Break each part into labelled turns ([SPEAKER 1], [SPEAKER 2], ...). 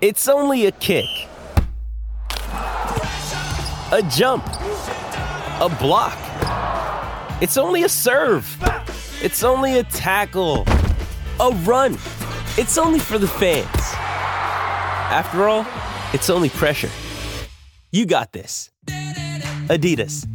[SPEAKER 1] It's only a kick, a jump, a block. It's only a serve. It's only a tackle, a run. It's only for the fans. After all, it's only pressure. You got this. Adidas.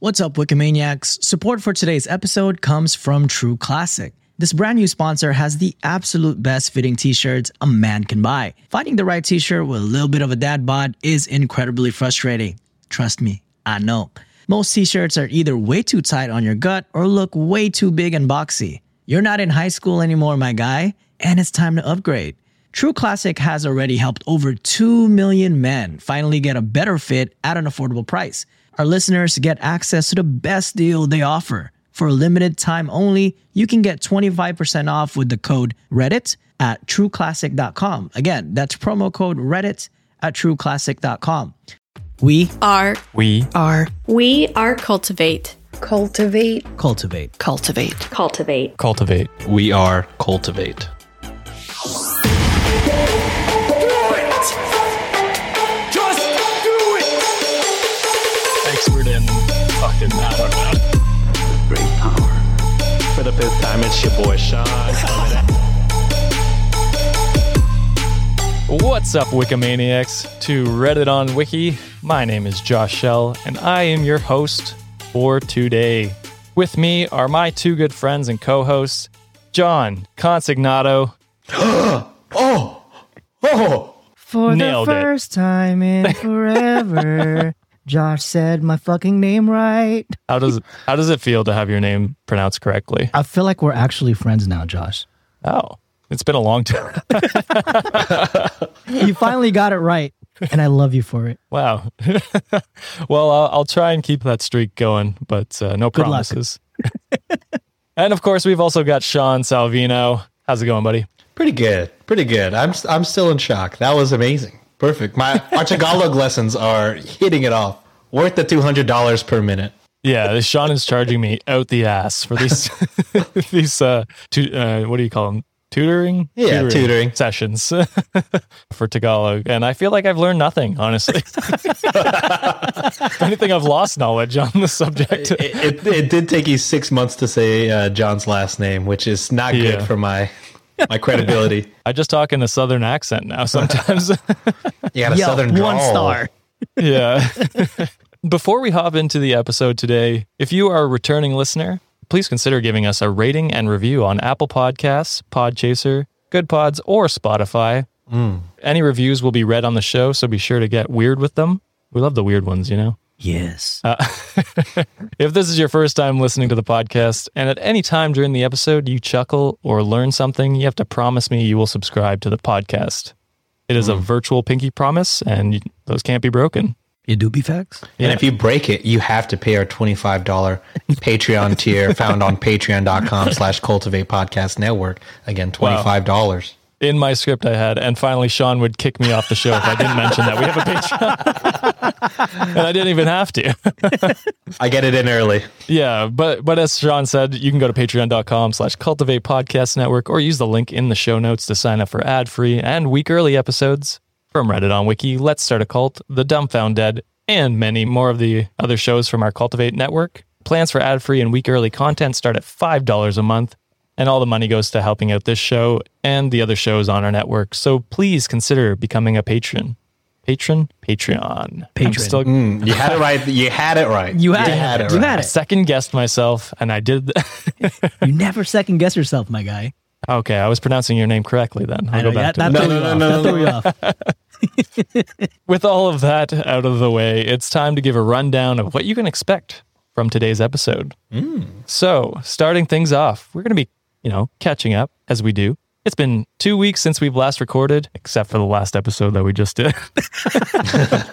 [SPEAKER 2] What's up, Wikimaniacs? Support for today's episode comes from True Classic. This brand new sponsor has the absolute best fitting t shirts a man can buy. Finding the right t shirt with a little bit of a dad bod is incredibly frustrating. Trust me, I know. Most t shirts are either way too tight on your gut or look way too big and boxy. You're not in high school anymore, my guy, and it's time to upgrade. True Classic has already helped over 2 million men finally get a better fit at an affordable price. Our listeners get access to the best deal they offer. For a limited time only, you can get 25% off with the code Reddit at trueclassic.com. Again, that's promo code Reddit at trueclassic.com. We
[SPEAKER 3] are
[SPEAKER 4] We
[SPEAKER 5] are
[SPEAKER 3] we are cultivate
[SPEAKER 5] cultivate
[SPEAKER 2] cultivate.
[SPEAKER 5] cultivate
[SPEAKER 6] Cultivate.
[SPEAKER 4] cultivate.
[SPEAKER 7] We are Cultivate.
[SPEAKER 4] Expert in fucking I don't know.
[SPEAKER 7] Great power.
[SPEAKER 4] For the fifth time, it's your boy Sean. What's up, Wikimaniacs? To Reddit on Wiki, my name is Josh Shell, and I am your host for today. With me are my two good friends and co-hosts, John Consignato.
[SPEAKER 7] Oh,
[SPEAKER 8] For
[SPEAKER 4] Nailed it.
[SPEAKER 8] the first time in forever, Josh said my fucking name right.
[SPEAKER 4] How does how does it feel to have your name pronounced correctly?
[SPEAKER 8] I feel like we're actually friends now, Josh.
[SPEAKER 4] Oh, it's been a long time.
[SPEAKER 8] You finally got it right, and I love you for it.
[SPEAKER 4] Wow. well, I'll, I'll try and keep that streak going, but uh, no
[SPEAKER 8] Good luck.
[SPEAKER 4] promises. and of course, we've also got Sean Salvino. How's it going, buddy?
[SPEAKER 7] Pretty good. Pretty good. I'm I'm still in shock. That was amazing. Perfect. My our Tagalog lessons are hitting it off. Worth the two hundred dollars per minute.
[SPEAKER 4] Yeah, this Sean is charging me out the ass for these these uh, tu- uh what do you call them? Tutoring?
[SPEAKER 7] Yeah, tutoring.
[SPEAKER 4] sessions for Tagalog. And I feel like I've learned nothing, honestly. if anything, I've lost knowledge on the subject.
[SPEAKER 7] It, it, it did take you six months to say uh, John's last name, which is not
[SPEAKER 4] Yeah.
[SPEAKER 7] good for my my credibility.
[SPEAKER 4] I just talk in a southern accent now sometimes.
[SPEAKER 7] You got a
[SPEAKER 8] Yo,
[SPEAKER 7] southern drawl.
[SPEAKER 8] one star.
[SPEAKER 4] yeah. Before we hop into the episode today, if you are a returning listener, please consider giving us a rating and review on Apple Podcasts, Podchaser, Good Pods, or Spotify. Any reviews will be read on the show, so be sure to get weird with them. We love the weird ones, you know?
[SPEAKER 2] Yes.
[SPEAKER 4] If this is your first time listening to the podcast, and at any time during the episode you chuckle or learn something, you have to promise me you will subscribe to the podcast. It is a virtual pinky promise, and you, those can't be broken.
[SPEAKER 2] you do be facts?
[SPEAKER 7] And if you break it, you have to pay our $25 Patreon tier found on patreon.com slash cultivate podcast network. Again, $25.
[SPEAKER 4] in my script I had, and finally Sean would kick me off the show if I didn't mention that we have a Patreon, and I didn't even have to.
[SPEAKER 7] I get it in early.
[SPEAKER 4] yeah, but but as Sean said, you can go to Patreon.com/slash Cultivate Podcast Network or use the link in the show notes to sign up for ad-free and week-early episodes from Reddit on Wiki, Let's Start a Cult, The Dumbfound Dead, and many more of the other shows from our Cultivate network. Plans for ad-free and week-early content start at five dollars a month. And all the money goes to helping out this show and the other shows on our network. So please consider becoming a patron. Patron? Patreon. Patron. still
[SPEAKER 7] Mm, You had it right. You had it right.
[SPEAKER 8] You had,
[SPEAKER 7] You had it
[SPEAKER 8] it. You
[SPEAKER 7] right.
[SPEAKER 8] had
[SPEAKER 4] I
[SPEAKER 8] it.
[SPEAKER 4] second guessed myself and I did.
[SPEAKER 8] You never second guess yourself, my guy.
[SPEAKER 4] okay, I was pronouncing your name correctly then. I'll
[SPEAKER 8] I
[SPEAKER 4] go
[SPEAKER 8] know
[SPEAKER 4] back
[SPEAKER 8] that,
[SPEAKER 4] to
[SPEAKER 8] that
[SPEAKER 4] it.
[SPEAKER 7] No,
[SPEAKER 8] threw
[SPEAKER 7] no,
[SPEAKER 8] you
[SPEAKER 7] no,
[SPEAKER 8] off.
[SPEAKER 7] no,
[SPEAKER 8] That
[SPEAKER 7] no,
[SPEAKER 8] threw you off.
[SPEAKER 4] With all of that out of the way, it's time to give a rundown of what you can expect from today's episode.
[SPEAKER 8] Hmm.
[SPEAKER 4] So, starting things off, we're going to be, you know, catching up as we do. It's been two weeks since we've last recorded, except for the last episode that we just did.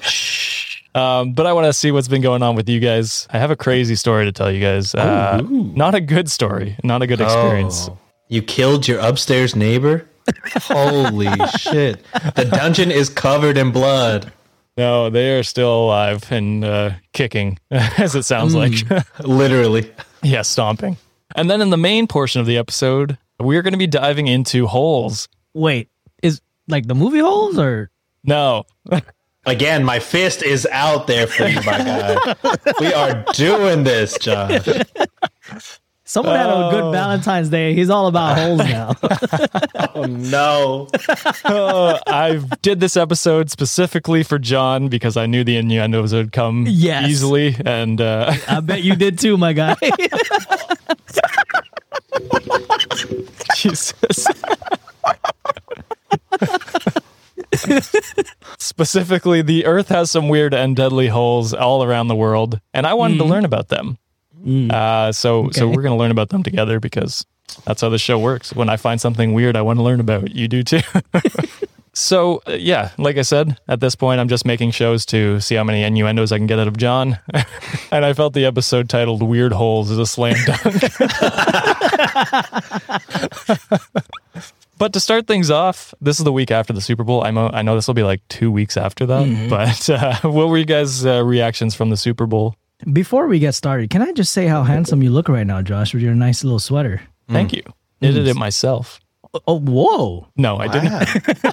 [SPEAKER 4] um, but I want to see what's been going on with you guys. I have a crazy story to tell you guys. Uh, not a good story, not a good experience.
[SPEAKER 7] Oh, you killed your upstairs neighbor? Holy shit. The dungeon is covered in blood.
[SPEAKER 4] No, they are still alive and uh, kicking, as it sounds like.
[SPEAKER 7] Literally.
[SPEAKER 4] Yeah, stomping. And then in the main portion of the episode, We're going to be diving into holes.
[SPEAKER 2] Wait, is like the movie holes or
[SPEAKER 4] No,
[SPEAKER 7] Again, my fist is out there for you, my guy. we are doing this, Josh.
[SPEAKER 2] someone had a good Valentine's Day? He's all about holes now.
[SPEAKER 7] Oh no.
[SPEAKER 4] Uh, I did this episode specifically for John because I knew the innuendos would come
[SPEAKER 2] Yes.
[SPEAKER 4] easily, and uh,
[SPEAKER 2] I bet you did too, my guy.
[SPEAKER 4] Jesus. specifically, the Earth has some weird and deadly holes all around the world, and I wanted to learn about them. Uh, so,
[SPEAKER 2] Okay.
[SPEAKER 4] so we're going to learn about them together because that's how the show works. When I find something weird, I want to learn about. You do too. So uh, yeah, like I said, at this point, I'm just making shows to see how many innuendos I can get out of John, and I felt the episode titled "Weird Holes" is a slam dunk. but to start things off, this is the week after the Super Bowl. I know I know this will be like two weeks after that,
[SPEAKER 2] Mm-hmm.
[SPEAKER 4] but uh, what were you guys' uh, reactions from the Super Bowl?
[SPEAKER 2] Before we get started, can I just say how handsome you look right now, Josh, with your nice little sweater?
[SPEAKER 4] Thank you. Knitted it
[SPEAKER 2] Mm.
[SPEAKER 4] myself.
[SPEAKER 2] Oh, whoa.
[SPEAKER 4] No, I didn't.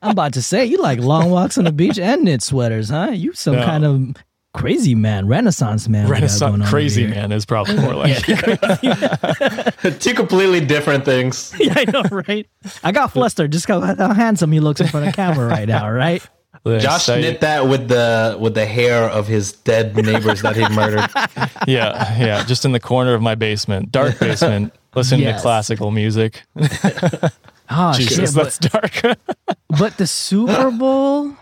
[SPEAKER 2] I'm about to say, you like long walks on the beach and knit sweaters, huh? You some
[SPEAKER 4] No.
[SPEAKER 2] kind of crazy man, renaissance man. we got going
[SPEAKER 4] Renaissance
[SPEAKER 2] on
[SPEAKER 4] crazy
[SPEAKER 2] over here.
[SPEAKER 4] man is probably more like.
[SPEAKER 7] Two completely different things.
[SPEAKER 2] yeah, I know, right? I got flustered just 'cause how handsome he looks in front of camera right now, right?
[SPEAKER 7] Josh
[SPEAKER 4] So-
[SPEAKER 7] knit that with the with the hair of his dead neighbors that he murdered.
[SPEAKER 4] yeah, yeah, just in the corner of my basement, dark basement, listening
[SPEAKER 2] Yes.
[SPEAKER 4] to classical music.
[SPEAKER 2] Oh,
[SPEAKER 4] Jesus,
[SPEAKER 2] shit. But,
[SPEAKER 4] that's dark.
[SPEAKER 8] But the Super Bowl,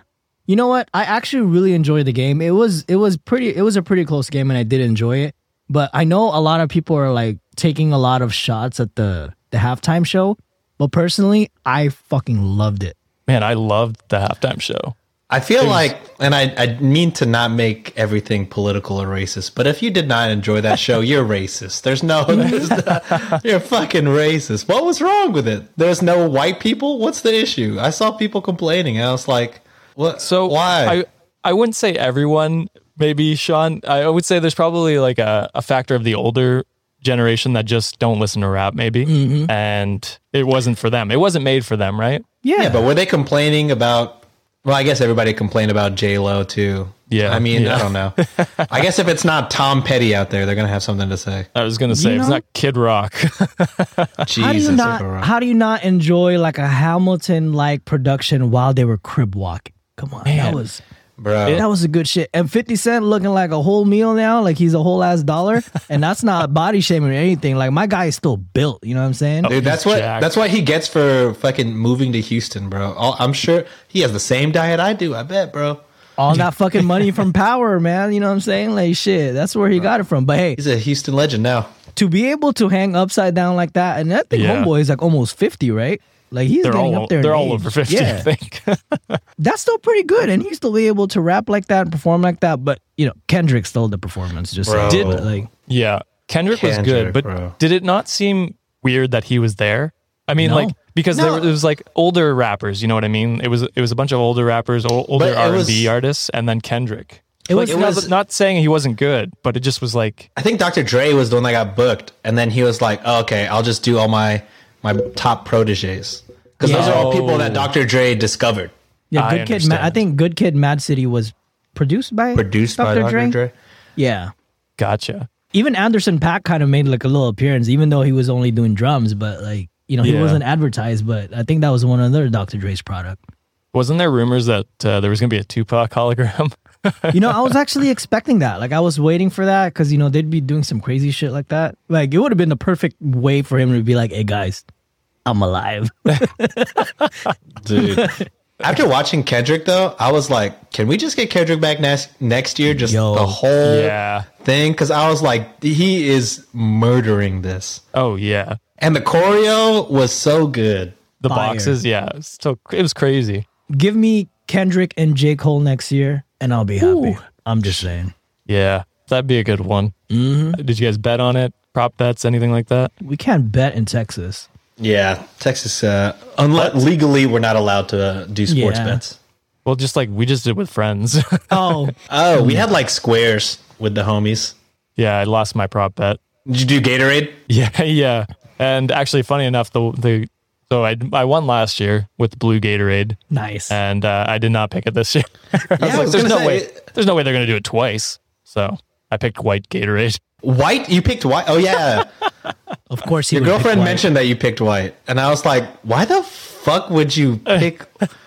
[SPEAKER 8] you know what? I actually really enjoyed the game. It was it was pretty it was a pretty close game and I did enjoy it. But I know a lot of people are like taking a lot of shots at the the halftime show, but personally, I fucking loved it.
[SPEAKER 4] Man, I loved the halftime show.
[SPEAKER 7] I feel like, and I, I mean to not make everything political or racist, but if you did not enjoy that show, you're racist. There's no, there's no- you're fucking racist. What was wrong with it? There's no white people. What's the issue? I saw people complaining, and I was like, what?
[SPEAKER 4] So
[SPEAKER 7] why?
[SPEAKER 4] I I wouldn't say everyone. Maybe Sean. I would say there's probably like a, a factor of the older generation that just don't listen to rap, maybe,
[SPEAKER 8] Mm-hmm.
[SPEAKER 4] and it wasn't for them. It wasn't made for them, right?
[SPEAKER 7] yeah. but were they complaining about? Well, I guess everybody complained about J Lo too.
[SPEAKER 4] Yeah,
[SPEAKER 7] I mean,
[SPEAKER 4] yeah.
[SPEAKER 7] I don't know. I guess if it's not Tom Petty out there, they're gonna have something to say.
[SPEAKER 4] I was gonna say it's
[SPEAKER 8] know-
[SPEAKER 4] not Kid Rock.
[SPEAKER 7] Jesus,
[SPEAKER 8] How do you
[SPEAKER 7] April
[SPEAKER 8] not
[SPEAKER 7] Rock.
[SPEAKER 8] how do you not enjoy like a Hamilton like production while they were crib walking? Come on, that was
[SPEAKER 7] bro?
[SPEAKER 8] that was a good shit. And 50 Cent looking like a whole meal now, like he's a whole ass dollar. And that's not body shaming or anything. Like my guy is still built, you know what I'm saying?
[SPEAKER 7] Dude, that's what
[SPEAKER 4] jacked.
[SPEAKER 7] that's what he gets for fucking moving to Houston, bro. All- I'm sure he has the same diet I do. I bet, bro.
[SPEAKER 8] All that fucking money from power, man. You know what I'm saying? Like shit, that's where he got it from. But hey,
[SPEAKER 7] He's a Houston legend now.
[SPEAKER 8] to be able to hang upside down like that, and I think
[SPEAKER 4] Yeah.
[SPEAKER 8] homeboy is like almost 50, right? Like he's
[SPEAKER 4] they're
[SPEAKER 8] getting
[SPEAKER 4] all
[SPEAKER 8] up there. in
[SPEAKER 4] they're all
[SPEAKER 8] age.
[SPEAKER 4] over fifty, I
[SPEAKER 8] Yeah.
[SPEAKER 4] think.
[SPEAKER 8] that's still pretty good, and he's still be able to rap like that and perform like that. But you know, Kendrick stole the performance. Just
[SPEAKER 7] Bro.
[SPEAKER 8] saying.
[SPEAKER 7] Did-
[SPEAKER 8] But, like
[SPEAKER 4] Yeah. Kendrick, was
[SPEAKER 7] Kendrick,
[SPEAKER 4] good, but
[SPEAKER 7] bro.
[SPEAKER 4] did it not seem weird that he was there? I mean,
[SPEAKER 8] No.
[SPEAKER 4] like because there were, it was like older rappers, you know what I mean? It was it was a bunch of older rappers, ol- older
[SPEAKER 7] it
[SPEAKER 4] R and
[SPEAKER 7] was-
[SPEAKER 4] B artists, and then Kendrick.
[SPEAKER 8] It
[SPEAKER 4] Like,
[SPEAKER 8] was-
[SPEAKER 4] It
[SPEAKER 8] it
[SPEAKER 4] was,
[SPEAKER 7] was-
[SPEAKER 4] not saying he wasn't good, but it just was like
[SPEAKER 7] I think Dr. Dre was the one that got booked, and then he was like, oh, "Okay, I'll just do all my my top proteges because those are all people that Dr. Dre discovered,
[SPEAKER 8] yeah,
[SPEAKER 4] I
[SPEAKER 8] good kid. Ma- I
[SPEAKER 4] understand.
[SPEAKER 8] think Good Kid, Mad City was produced by
[SPEAKER 7] produced by Dr. Dre.
[SPEAKER 8] Yeah,
[SPEAKER 4] gotcha.
[SPEAKER 8] even Anderson Pack kind of made like a little appearance, even though he was only doing drums. But like you know, he
[SPEAKER 4] Yeah.
[SPEAKER 8] wasn't advertised. But I think that was one other Dr. Dre's product.
[SPEAKER 4] Wasn't there rumors that uh, there was going to be a Tupac hologram?
[SPEAKER 8] You know, I was actually expecting that. Like, I was waiting for that because you know they'd be doing some crazy shit like that. Like, it would have been the perfect way for him to be like, "Hey guys, I'm alive."
[SPEAKER 7] Dude. After watching Kendrick though, I was like, "Can we just get Kendrick back next next year? Just
[SPEAKER 8] Yo.
[SPEAKER 7] the whole
[SPEAKER 4] yeah.
[SPEAKER 7] thing?" Because I was like, "He is murdering this,"
[SPEAKER 4] Oh yeah.
[SPEAKER 7] and the choreo was so good.
[SPEAKER 4] The
[SPEAKER 8] Fire.
[SPEAKER 4] boxes, yeah. It was So it was crazy.
[SPEAKER 8] Give me Kendrick and J Cole next year, and I'll be happy. I'm just saying.
[SPEAKER 4] Yeah. That'd be a good one. Mm-hmm. Did you guys bet on it? Prop bets, anything like that?
[SPEAKER 8] We can't bet in Texas.
[SPEAKER 7] Yeah, Texas. Uh, unle- legally, we're not allowed to uh, do sports
[SPEAKER 8] Yeah.
[SPEAKER 7] bets.
[SPEAKER 4] Well, just like we just did with friends.
[SPEAKER 8] Oh,
[SPEAKER 7] Oh, we had like squares with the homies.
[SPEAKER 4] yeah, I lost my prop bet.
[SPEAKER 7] Did you do Gatorade?
[SPEAKER 4] Yeah, yeah. And actually, funny enough, the the so I I won last year with blue Gatorade,
[SPEAKER 2] Nice.
[SPEAKER 4] and uh, I did not pick it this year. I was
[SPEAKER 7] I
[SPEAKER 4] like,
[SPEAKER 7] was
[SPEAKER 4] there's
[SPEAKER 7] gonna
[SPEAKER 4] no
[SPEAKER 7] say-
[SPEAKER 4] way, there's no way they're gonna do it twice. So I picked white Gatorade.
[SPEAKER 7] White? You picked white? Oh, yeah.
[SPEAKER 2] of course, he
[SPEAKER 7] Your
[SPEAKER 2] would pick
[SPEAKER 7] girlfriend
[SPEAKER 2] white.
[SPEAKER 7] mentioned that you picked white. And I was like, why the fuck would you pick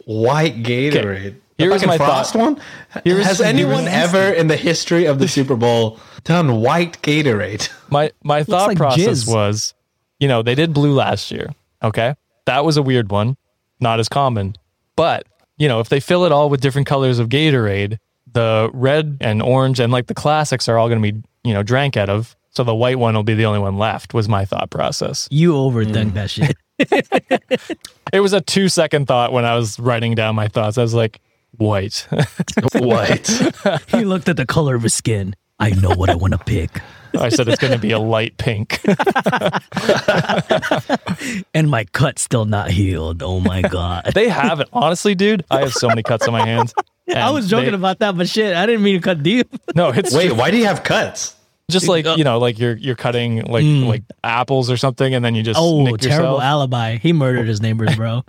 [SPEAKER 7] white Gatorade? The
[SPEAKER 4] here's
[SPEAKER 7] fucking
[SPEAKER 4] my thought.
[SPEAKER 7] Frost one?
[SPEAKER 4] Here's-
[SPEAKER 7] Has
[SPEAKER 4] here's-
[SPEAKER 7] anyone ever in the history of the Super Bowl done white Gatorade?
[SPEAKER 4] My my thought
[SPEAKER 8] like
[SPEAKER 4] process
[SPEAKER 8] jizz.
[SPEAKER 4] was, you know, they did blue last year. Okay, that was a weird one, not as common. But you know, if they fill it all with different colors of Gatorade, the red and orange and like the classics are all going to be you know drank out of. So the white one will be the only one left. Was my thought process.
[SPEAKER 2] You overthink that shit.
[SPEAKER 4] It was a two second thought when I was writing down my thoughts. I was like, white.
[SPEAKER 7] White.
[SPEAKER 2] he looked at the color of his skin. I know what I want to pick.
[SPEAKER 4] I said it's going to be a light pink.
[SPEAKER 2] And my cut's still not healed. Oh my God.
[SPEAKER 4] they have it, honestly, dude. I have so many cuts on my hands.
[SPEAKER 8] I
[SPEAKER 4] And
[SPEAKER 8] was joking
[SPEAKER 4] they-
[SPEAKER 8] about that, but shit, I didn't mean to cut deep.
[SPEAKER 4] No, it's
[SPEAKER 7] Wait, why do you have cuts?
[SPEAKER 4] just like you know like you're you're cutting like like apples or something and then you just
[SPEAKER 8] Mm. Oh,
[SPEAKER 4] nick
[SPEAKER 8] terrible
[SPEAKER 4] yourself.
[SPEAKER 8] alibi. He murdered his neighbors, bro.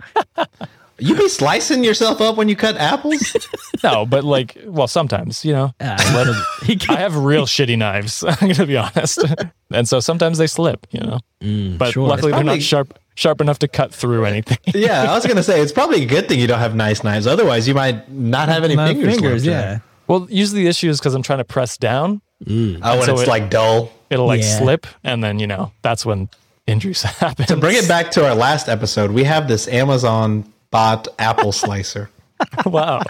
[SPEAKER 7] You be slicing yourself up when you cut apples?
[SPEAKER 4] no but like well sometimes you know
[SPEAKER 8] Ah, he
[SPEAKER 4] i have real shitty knives i'm gonna be honest and so sometimes they slip you know but
[SPEAKER 8] Mm, sure.
[SPEAKER 4] luckily they're
[SPEAKER 7] Probably-
[SPEAKER 4] not sharp sharp enough to cut through anything
[SPEAKER 7] yeah, I was going to say, it's probably a good thing you don't have nice knives. Otherwise, you might not have any
[SPEAKER 8] my
[SPEAKER 7] fingers.
[SPEAKER 8] fingers,
[SPEAKER 7] left.
[SPEAKER 8] yeah.
[SPEAKER 4] well usually the issue is because i'm trying to press down
[SPEAKER 7] Oh, when
[SPEAKER 4] So
[SPEAKER 7] it's
[SPEAKER 4] it-
[SPEAKER 7] like dull.
[SPEAKER 4] it'll like
[SPEAKER 8] Yeah.
[SPEAKER 4] slip and then you know that's when injuries happen
[SPEAKER 7] To bring it back to our last episode, we have this Amazon bot apple slicer.
[SPEAKER 4] wow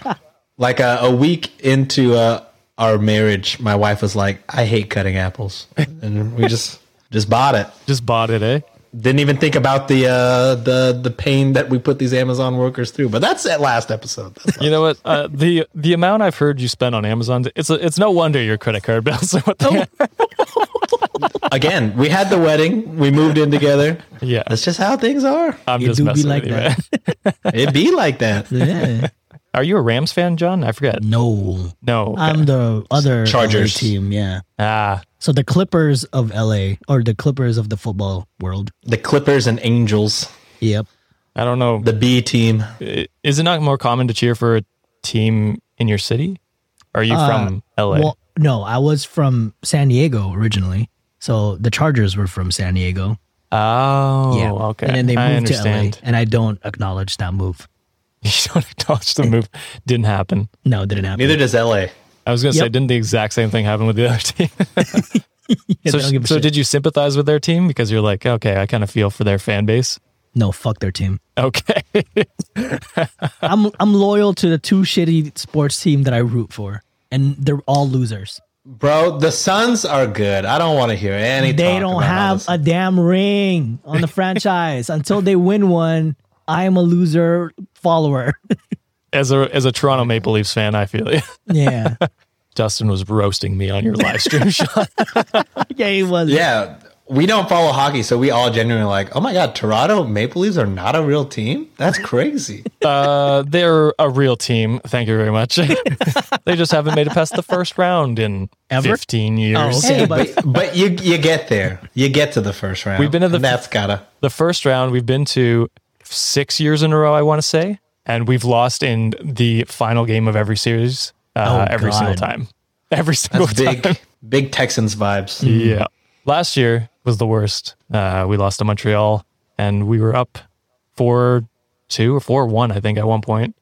[SPEAKER 7] Like a, a week into uh, our marriage, my wife was like, "I hate cutting apples," and we just just bought it.
[SPEAKER 4] just bought it eh
[SPEAKER 7] Didn't even think about the uh, the the pain that we put these Amazon workers through. But that's that last episode. That's
[SPEAKER 4] you know what uh, the the amount i've heard you spend on amazon it's it's no wonder your credit card bills are what
[SPEAKER 8] Oh.
[SPEAKER 4] they are.
[SPEAKER 7] not- Again, we had the wedding. We moved in together.
[SPEAKER 4] yeah
[SPEAKER 7] That's just how things are.
[SPEAKER 4] i'm
[SPEAKER 8] It
[SPEAKER 4] just
[SPEAKER 8] do be
[SPEAKER 4] messing
[SPEAKER 8] like
[SPEAKER 4] with you,
[SPEAKER 8] that.
[SPEAKER 4] man.
[SPEAKER 7] It be like that.
[SPEAKER 8] Yeah.
[SPEAKER 4] Are you a Rams fan, John? I forget.
[SPEAKER 8] Mm. No.
[SPEAKER 4] No. okay.
[SPEAKER 8] I'm the other
[SPEAKER 7] Chargers.
[SPEAKER 8] Chargers team, yeah.
[SPEAKER 4] ah,
[SPEAKER 8] So the Clippers of LA or the Clippers of the football world.
[SPEAKER 7] The Clippers and Angels,
[SPEAKER 8] Yep.
[SPEAKER 4] I don't know.
[SPEAKER 7] the B team.
[SPEAKER 4] I- Is it not more common to cheer for a team in your city? Are you from LA?
[SPEAKER 8] Uh, Well, no, I was from San Diego originally. So the Chargers were from San Diego.
[SPEAKER 4] oh, okay.
[SPEAKER 8] And then they
[SPEAKER 4] I
[SPEAKER 8] moved to LA.
[SPEAKER 4] understand.
[SPEAKER 8] And I don't acknowledge that move.
[SPEAKER 4] You don't acknowledge the move. Didn't happen.
[SPEAKER 8] No, it didn't happen.
[SPEAKER 7] Neither does LA.
[SPEAKER 4] I was going to say,
[SPEAKER 8] Yep.
[SPEAKER 4] didn't the exact same thing happen with the other team?
[SPEAKER 8] Yeah,
[SPEAKER 4] so,
[SPEAKER 8] they don't give a
[SPEAKER 4] so
[SPEAKER 8] shit.
[SPEAKER 4] did you sympathize with their team because you're like, okay, I kind of feel for their fan base.
[SPEAKER 8] no, fuck their team.
[SPEAKER 4] Okay.
[SPEAKER 8] I'm I'm loyal to the two shitty sports team that I root for, and they're all losers.
[SPEAKER 7] Bro, the Suns are good. I don't want to hear any.
[SPEAKER 8] They
[SPEAKER 7] talk
[SPEAKER 8] don't
[SPEAKER 7] about all
[SPEAKER 8] have
[SPEAKER 7] this.
[SPEAKER 8] a damn ring on the franchise until they win one. I am a loser follower.
[SPEAKER 4] as a as a Toronto Maple Leafs fan, I feel you.
[SPEAKER 8] yeah,
[SPEAKER 4] Dustin was roasting me on your live stream, Sean.
[SPEAKER 8] yeah, he was.
[SPEAKER 7] Yeah, we don't follow hockey, so we all genuinely like, oh my god, Toronto Maple Leafs are not a real team. That's crazy.
[SPEAKER 4] Uh, they're a real team. Thank you very much. they just haven't made it past the first round in 15 years.
[SPEAKER 8] Oh, okay.
[SPEAKER 7] hey,
[SPEAKER 8] but-
[SPEAKER 7] but, but you you get there. You get to the first round.
[SPEAKER 4] We've been to the
[SPEAKER 7] and that's gotta.
[SPEAKER 4] The first round we've been to six years in a row, I want to say, and we've lost in the final game of every series uh,
[SPEAKER 2] Oh,
[SPEAKER 4] every single
[SPEAKER 2] God.
[SPEAKER 4] time. Every single time.
[SPEAKER 7] That's big big Texans vibes.
[SPEAKER 8] Mm-hmm.
[SPEAKER 4] Yeah. Last year was the worst. Uh, we lost to Montreal and we were up 4 2 or 4 1, I think, at one point.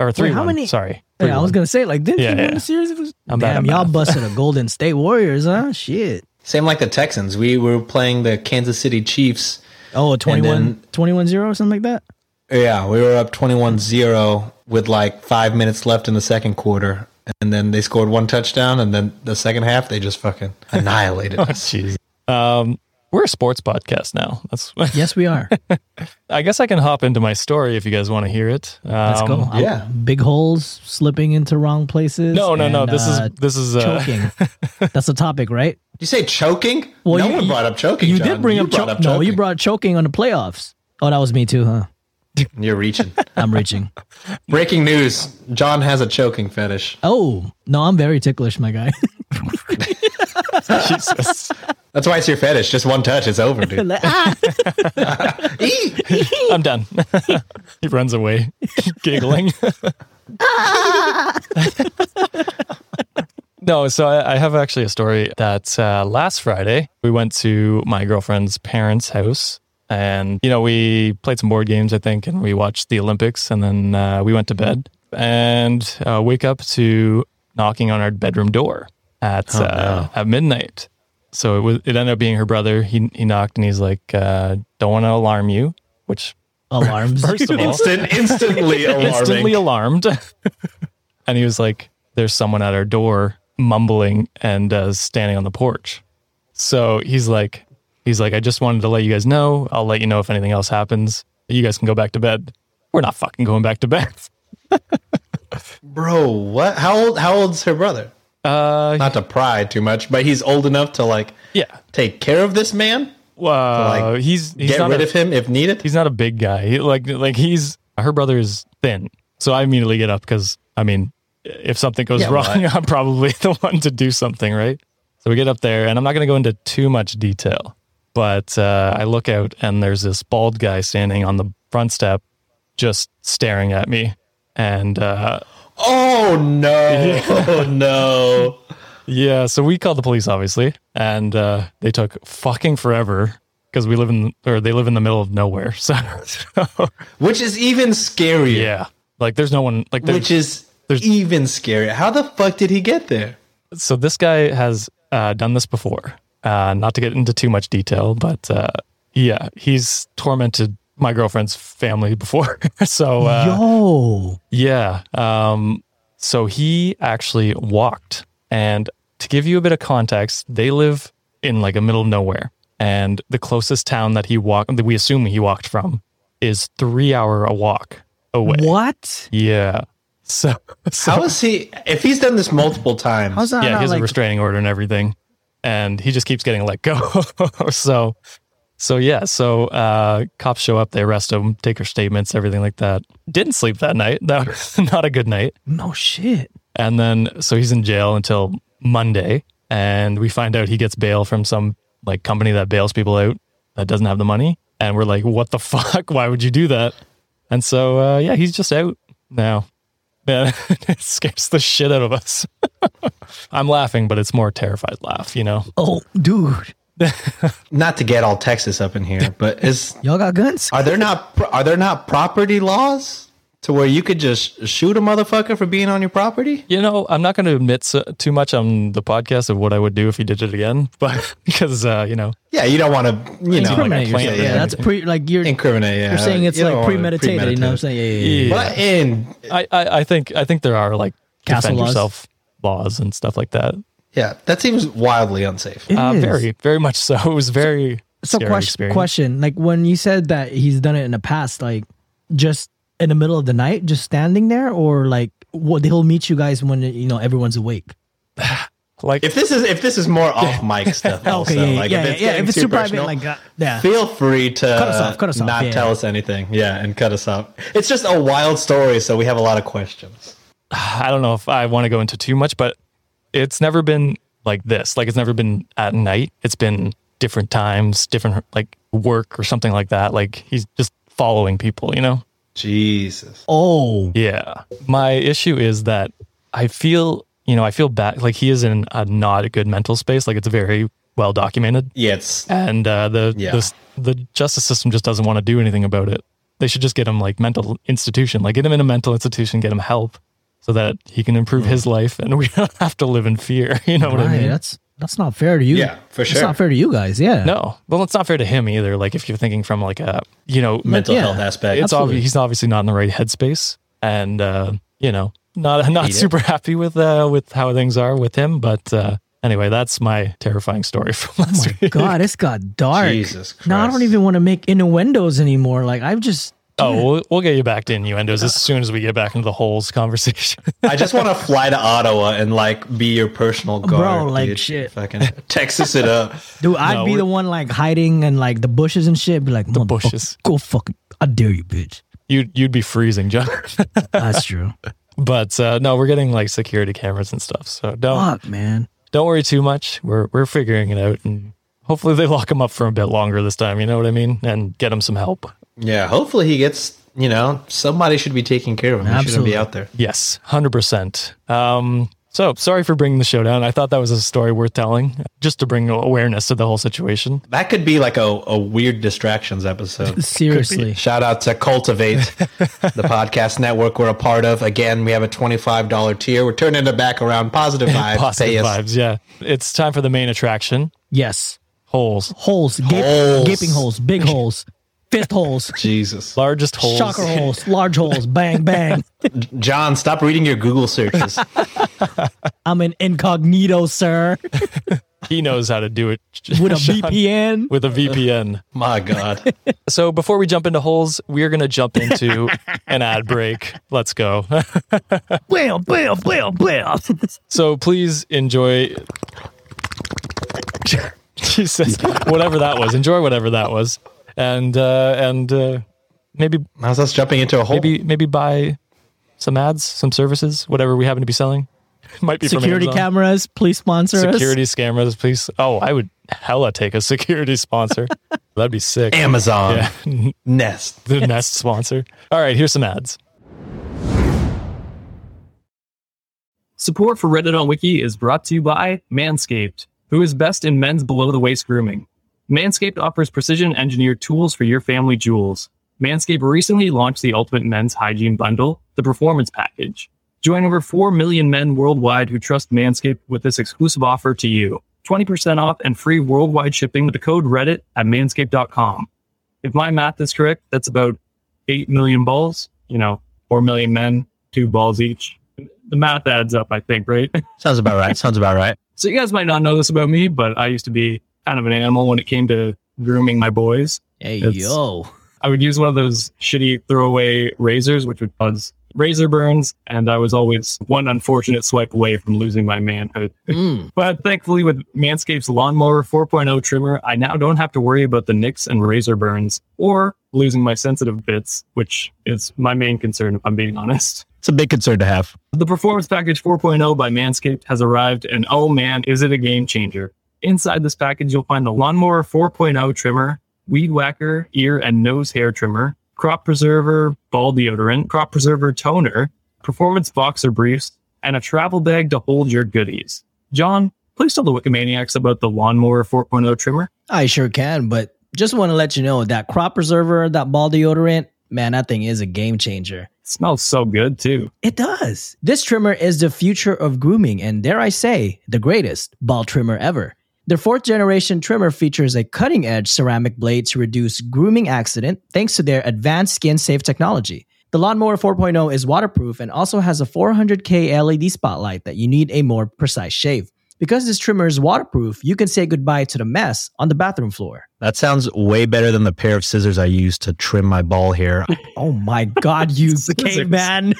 [SPEAKER 4] Or 3
[SPEAKER 8] how
[SPEAKER 4] 1.
[SPEAKER 8] many-
[SPEAKER 4] Sorry.
[SPEAKER 8] Yeah, I was gonna say like, didn't
[SPEAKER 4] Yeah,
[SPEAKER 8] you win
[SPEAKER 4] yeah.
[SPEAKER 8] the series? It was-
[SPEAKER 4] I'm bad
[SPEAKER 8] damn,
[SPEAKER 4] at
[SPEAKER 8] y'all
[SPEAKER 4] math.
[SPEAKER 8] busted a Golden State Warriors, huh? Shit.
[SPEAKER 7] Same like the Texans. We were playing the Kansas City Chiefs.
[SPEAKER 8] Oh, 21
[SPEAKER 7] then-
[SPEAKER 8] 21-0 or something like that.
[SPEAKER 7] Yeah, we were up 21-0 with like 5 minutes left in the second quarter. And then they scored one touchdown, and then the second half they just fucking
[SPEAKER 8] Oh,
[SPEAKER 7] annihilated us.
[SPEAKER 4] Jeez. Um, we're a sports podcast now. That's
[SPEAKER 8] Yes, we are.
[SPEAKER 4] I guess I can hop into my story if you guys want to hear it. Um,
[SPEAKER 8] Let's go. I'm-
[SPEAKER 7] yeah.
[SPEAKER 8] big holes slipping into wrong places.
[SPEAKER 4] No, no, no.
[SPEAKER 8] and,
[SPEAKER 4] This
[SPEAKER 8] uh,
[SPEAKER 4] is this is uh,
[SPEAKER 8] choking. That's the topic, right?
[SPEAKER 7] You say choking?
[SPEAKER 8] Well,
[SPEAKER 7] no
[SPEAKER 8] you-
[SPEAKER 7] one
[SPEAKER 8] you-
[SPEAKER 7] brought up choking.
[SPEAKER 8] You
[SPEAKER 7] John.
[SPEAKER 8] did bring up,
[SPEAKER 7] brought
[SPEAKER 8] cho- No, you
[SPEAKER 7] choking.
[SPEAKER 8] brought choking on the playoffs. Oh, that was me too, huh?
[SPEAKER 7] You're reaching.
[SPEAKER 8] I'm reaching.
[SPEAKER 7] Breaking news: John has a choking fetish.
[SPEAKER 8] Oh no, I'm very ticklish, my guy.
[SPEAKER 4] Jesus.
[SPEAKER 7] That's why it's your fetish. Just one touch, it's over, dude.
[SPEAKER 2] Like, ah!
[SPEAKER 4] I'm done. he runs away, giggling. no, so I, I have actually a story that uh, last Friday we went to my girlfriend's parents' house. And, you know, we played some board games, I think, and we watched the Olympics. And then uh, we went to bed and uh, wake up to knocking on our bedroom door at, uh, at midnight so it was it ended up being her brother. He he knocked and he's like, uh, "Don't want to alarm you," which
[SPEAKER 8] Alarms.
[SPEAKER 4] first of all,
[SPEAKER 7] Instant, instantly alarming.
[SPEAKER 4] instantly alarmed. and he was like, "There's someone at our door mumbling and uh, standing on the porch." So he's like, he's like, "I just wanted to let you guys know. I'll let you know if anything else happens. You guys can go back to bed. We're not fucking going back to bed."
[SPEAKER 7] Bro, what? How old? How old's her brother?
[SPEAKER 4] Uh,
[SPEAKER 7] Not to pry too much, but he's old enough to like
[SPEAKER 4] yeah.
[SPEAKER 7] take care of this man,
[SPEAKER 4] Wow.
[SPEAKER 7] like,
[SPEAKER 4] he's he's
[SPEAKER 7] get
[SPEAKER 4] not
[SPEAKER 7] rid
[SPEAKER 4] a-
[SPEAKER 7] of him if needed.
[SPEAKER 4] he's not a big guy. He, like like he's her brother is thin. So I immediately get up because I mean, if something goes
[SPEAKER 7] Yeah,
[SPEAKER 4] wrong,
[SPEAKER 7] well,
[SPEAKER 4] I'm probably the one to do something, right? So we get up there, and I'm not going to go into too much detail, but uh, I look out and there's this bald guy standing on the front step, just staring at me, and uh,
[SPEAKER 7] Oh no! Oh no!
[SPEAKER 4] yeah, so we called the police, obviously, and uh, they took fucking forever because we live in or they live in the middle of nowhere. So, so
[SPEAKER 7] Which is even scarier.
[SPEAKER 4] yeah, like there's no one like there's
[SPEAKER 7] Which is
[SPEAKER 4] there's-
[SPEAKER 7] even scarier. How the fuck did he get there?
[SPEAKER 4] so this guy has uh, done this before. Uh, not to get into too much detail, but uh, yeah, he's tormented my girlfriend's family before. so uh,
[SPEAKER 8] Oh,
[SPEAKER 2] Yo,
[SPEAKER 4] yeah, um, so he actually walked. And to give you a bit of context, they live in like a middle of nowhere, and the closest town that he walked, that we assume he walked from, is three hour a walk away.
[SPEAKER 2] what?
[SPEAKER 4] Yeah. So, so
[SPEAKER 7] How is he? If he's done this multiple times,
[SPEAKER 8] How's that
[SPEAKER 4] yeah, he
[SPEAKER 8] not
[SPEAKER 4] has
[SPEAKER 8] like
[SPEAKER 4] a restraining order and everything, and he just keeps getting let go. so, so yeah, so uh, cops show up, they arrest him, take her statements, everything like that. Didn't sleep that night. That was not a good night.
[SPEAKER 2] No shit.
[SPEAKER 4] And then, so he's in jail until Monday, and we find out he gets bail from some like company that bails people out that doesn't have the money, and we're like, what the fuck? Why would you do that? And so, uh, yeah, he's just out now. Man, it scares the shit out of us. I'm laughing, but it's more a terrified laugh, you know?
[SPEAKER 8] Oh, dude,
[SPEAKER 7] not to get all Texas up in here, but is
[SPEAKER 8] y'all got guns?
[SPEAKER 7] are there not are there not property laws to where you could just shoot a motherfucker for being on your property?
[SPEAKER 4] You know, I'm not going to admit so, too much on the podcast of what I would do if he did it again, but because, uh, you know,
[SPEAKER 7] Yeah, you don't want to, you know,
[SPEAKER 4] Incriminate
[SPEAKER 7] like,
[SPEAKER 4] yourself.
[SPEAKER 7] yeah,
[SPEAKER 8] yeah,
[SPEAKER 7] yeah,
[SPEAKER 8] that's pre like you're
[SPEAKER 7] incriminate. Yeah,
[SPEAKER 8] you're saying it's
[SPEAKER 7] You don't
[SPEAKER 8] like
[SPEAKER 7] wanna
[SPEAKER 8] premeditated, You know what I'm saying? Yeah, yeah, yeah.
[SPEAKER 7] But in
[SPEAKER 4] I, I, I think I think there are like
[SPEAKER 8] Castle
[SPEAKER 4] defend
[SPEAKER 8] laws.
[SPEAKER 4] yourself laws and stuff like that.
[SPEAKER 7] yeah, that seems wildly unsafe.
[SPEAKER 2] It
[SPEAKER 4] Uh,
[SPEAKER 2] is.
[SPEAKER 4] very, very much so. It was very
[SPEAKER 8] So
[SPEAKER 4] scary
[SPEAKER 8] question,
[SPEAKER 4] experience.
[SPEAKER 8] question, like when you said that he's done it in the past, like just in the middle of the night, just standing there, or like what he'll meet you guys when you know everyone's awake.
[SPEAKER 4] Like
[SPEAKER 7] If this is if this is more off mic stuff, also,
[SPEAKER 8] yeah, yeah,
[SPEAKER 7] Oh, like
[SPEAKER 8] yeah,
[SPEAKER 7] if
[SPEAKER 8] yeah,
[SPEAKER 7] it's,
[SPEAKER 8] yeah,
[SPEAKER 7] getting
[SPEAKER 8] if it's
[SPEAKER 7] too,
[SPEAKER 8] too private,
[SPEAKER 7] personal,
[SPEAKER 8] like, uh, yeah.
[SPEAKER 7] feel free to
[SPEAKER 8] Cut us off, cut us off,
[SPEAKER 7] not
[SPEAKER 8] yeah,
[SPEAKER 7] tell
[SPEAKER 8] yeah.
[SPEAKER 7] us anything. Yeah, and cut us off. It's just a wild story, so we have a lot of questions.
[SPEAKER 4] I don't know if I want to go into too much, but it's never been like this. Like it's never been at night. It's been different times, different like work or something like that. Like he's just following people, you know?
[SPEAKER 7] Jesus,
[SPEAKER 8] Oh,
[SPEAKER 4] Yeah. My issue is that I feel, you know, I feel bad. Like he is in a not a good mental space. Like it's very well documented.
[SPEAKER 7] yeah, it's
[SPEAKER 4] and uh, the,
[SPEAKER 7] Yeah.
[SPEAKER 4] the the justice system just doesn't want to do anything about it. They should just get him like mental institution, like get him in a mental institution, get him help, so that he can improve his life, and we don't have to live in fear. You know what I
[SPEAKER 8] Hmm. right,
[SPEAKER 4] mean?
[SPEAKER 8] that's that's not fair to you.
[SPEAKER 7] Yeah, for
[SPEAKER 8] It's
[SPEAKER 7] sure.
[SPEAKER 8] not fair to you guys. Yeah.
[SPEAKER 4] No, well, it's not fair to him either. Like if you're thinking from like a you know,
[SPEAKER 7] mental
[SPEAKER 8] yeah,
[SPEAKER 7] health aspect.
[SPEAKER 4] it's
[SPEAKER 8] absolutely.
[SPEAKER 4] obvious he's obviously not in the right headspace, and uh, you know, not not
[SPEAKER 7] it.
[SPEAKER 4] super happy with uh, with how things are with him. But uh, anyway, that's my terrifying story from last
[SPEAKER 8] Oh
[SPEAKER 4] week.
[SPEAKER 8] God, it's got dark.
[SPEAKER 7] Jesus Christ.
[SPEAKER 8] No, I don't even want to make innuendos anymore. Like I've just
[SPEAKER 4] Oh, we'll, we'll get you back to innuendos as soon as we get back into the holes conversation.
[SPEAKER 7] I just want to fly to Ottawa and like be your personal guard,
[SPEAKER 8] like,
[SPEAKER 7] dude.
[SPEAKER 8] shit.
[SPEAKER 7] Fucking Texas it up.
[SPEAKER 8] dude, I'd be
[SPEAKER 4] we're-
[SPEAKER 8] the one like hiding in like the bushes and shit. Be like the
[SPEAKER 4] bushes.
[SPEAKER 8] Go fucking. I dare you, bitch.
[SPEAKER 4] you'd you'd be freezing, John.
[SPEAKER 8] That's true.
[SPEAKER 4] but uh, no, we're getting like security cameras and stuff, so don't
[SPEAKER 8] Fuck, man.
[SPEAKER 4] don't worry too much. We're we're figuring it out, and Hopefully they lock him up for a bit longer this time. You know what I mean? And get him some help.
[SPEAKER 7] Yeah, hopefully he gets. You know, somebody should be taking care of him. He shouldn't
[SPEAKER 2] Absolutely.
[SPEAKER 7] be out there.
[SPEAKER 4] Yes, 100%. Um, so sorry for bringing the show down. I thought that was a story worth telling just to bring awareness to the whole situation.
[SPEAKER 7] That could be like a, a weird distractions episode.
[SPEAKER 8] Seriously.
[SPEAKER 7] Shout out to Cultivate, the podcast network we're a part of. Again, we have a $25 tier. We're turning it back around. Positive vibes.
[SPEAKER 4] Positive
[SPEAKER 7] Pay us.
[SPEAKER 4] vibes. Yeah. It's time for the main attraction
[SPEAKER 8] Yes.
[SPEAKER 4] holes.
[SPEAKER 8] Holes, gape,
[SPEAKER 7] Holes.
[SPEAKER 8] gaping holes, big holes, fist holes,
[SPEAKER 7] Jesus.
[SPEAKER 4] Largest holes.
[SPEAKER 8] shocker holes, large holes, bang, bang.
[SPEAKER 7] John, stop reading your Google searches.
[SPEAKER 8] I'm an incognito, sir,
[SPEAKER 4] He knows how to do it
[SPEAKER 8] with a
[SPEAKER 4] Sean,
[SPEAKER 8] VPN.
[SPEAKER 4] With a VPN.
[SPEAKER 7] My God.
[SPEAKER 4] So before we jump into holes, we are going to jump into an ad break. Let's go.
[SPEAKER 8] Bam, bam, bam, bam.
[SPEAKER 4] So please enjoy. Jesus, whatever that was, enjoy whatever that was, and uh, and uh, maybe
[SPEAKER 7] How's us jumping into a hole?
[SPEAKER 4] maybe maybe buy some ads, some services, whatever we happen to be selling. Might be from
[SPEAKER 8] Security
[SPEAKER 4] Amazon.
[SPEAKER 8] cameras, please sponsor
[SPEAKER 4] security cameras, please. Oh, I would hella take a security sponsor. That'd be sick.
[SPEAKER 7] Amazon
[SPEAKER 4] Yeah.
[SPEAKER 7] Nest.
[SPEAKER 4] the Nest sponsor. All right, here's some ads.
[SPEAKER 5] Support for Reddit on Wiki is brought to you by Manscaped, who is best in men's below the waist grooming. Manscaped offers precision engineered tools for your family jewels. Manscaped recently launched the Ultimate Men's Hygiene Bundle, the Performance Package. Join over 4 million men worldwide who trust Manscaped with this exclusive offer to you 20% off and free worldwide shipping with the code Reddit at manscaped.com. If my math is correct, that's about 8 million balls, you know, 4 million men, two balls each the math adds up, I think, right?
[SPEAKER 7] Sounds about right. Sounds about right.
[SPEAKER 5] So you guys might not know this about me, but I used to be kind of an animal when it came to grooming my boys.
[SPEAKER 2] Hey,
[SPEAKER 5] It's-
[SPEAKER 2] yo.
[SPEAKER 5] I would use one of those shitty throwaway razors, which would cause razor burns, and I was always one unfortunate swipe away from losing my manhood.
[SPEAKER 2] Mm.
[SPEAKER 5] But thankfully, with Manscaped's Lawnmower 4.0 trimmer, I now don't have to worry about the nicks and razor burns or losing my sensitive bits, which is my main concern, if I'm being honest.
[SPEAKER 7] It's a big concern to have.
[SPEAKER 5] The Performance Package 4.0 by Manscaped has arrived, and oh man, is it a game changer! Inside this package, you'll find the Lawnmower 4.0 trimmer, Weed Whacker ear and nose hair trimmer, Crop Preserver ball deodorant, Crop Preserver toner, Performance boxer briefs, and a travel bag to hold your goodies. John, please tell the Wikimaniacs about the Lawnmower 4.0 trimmer.
[SPEAKER 2] I sure can, but just want to let you know that crop preserver, that ball deodorant, man, that thing is a game changer.
[SPEAKER 5] It smells so good too.
[SPEAKER 2] It does. This trimmer is the future of grooming, and dare I say, the greatest ball trimmer ever. Their fourth generation trimmer features a cutting edge ceramic blade to reduce grooming accident thanks to their advanced skin safe technology. The Lawnmower 4.0 is waterproof and also has a 400K LED E spotlight that you need a more precise shave. Because this trimmer is waterproof, you can say goodbye to the mess on the bathroom floor.
[SPEAKER 7] That sounds way better than the pair of scissors I used to trim my ball hair.
[SPEAKER 2] Oh my God, you caveman.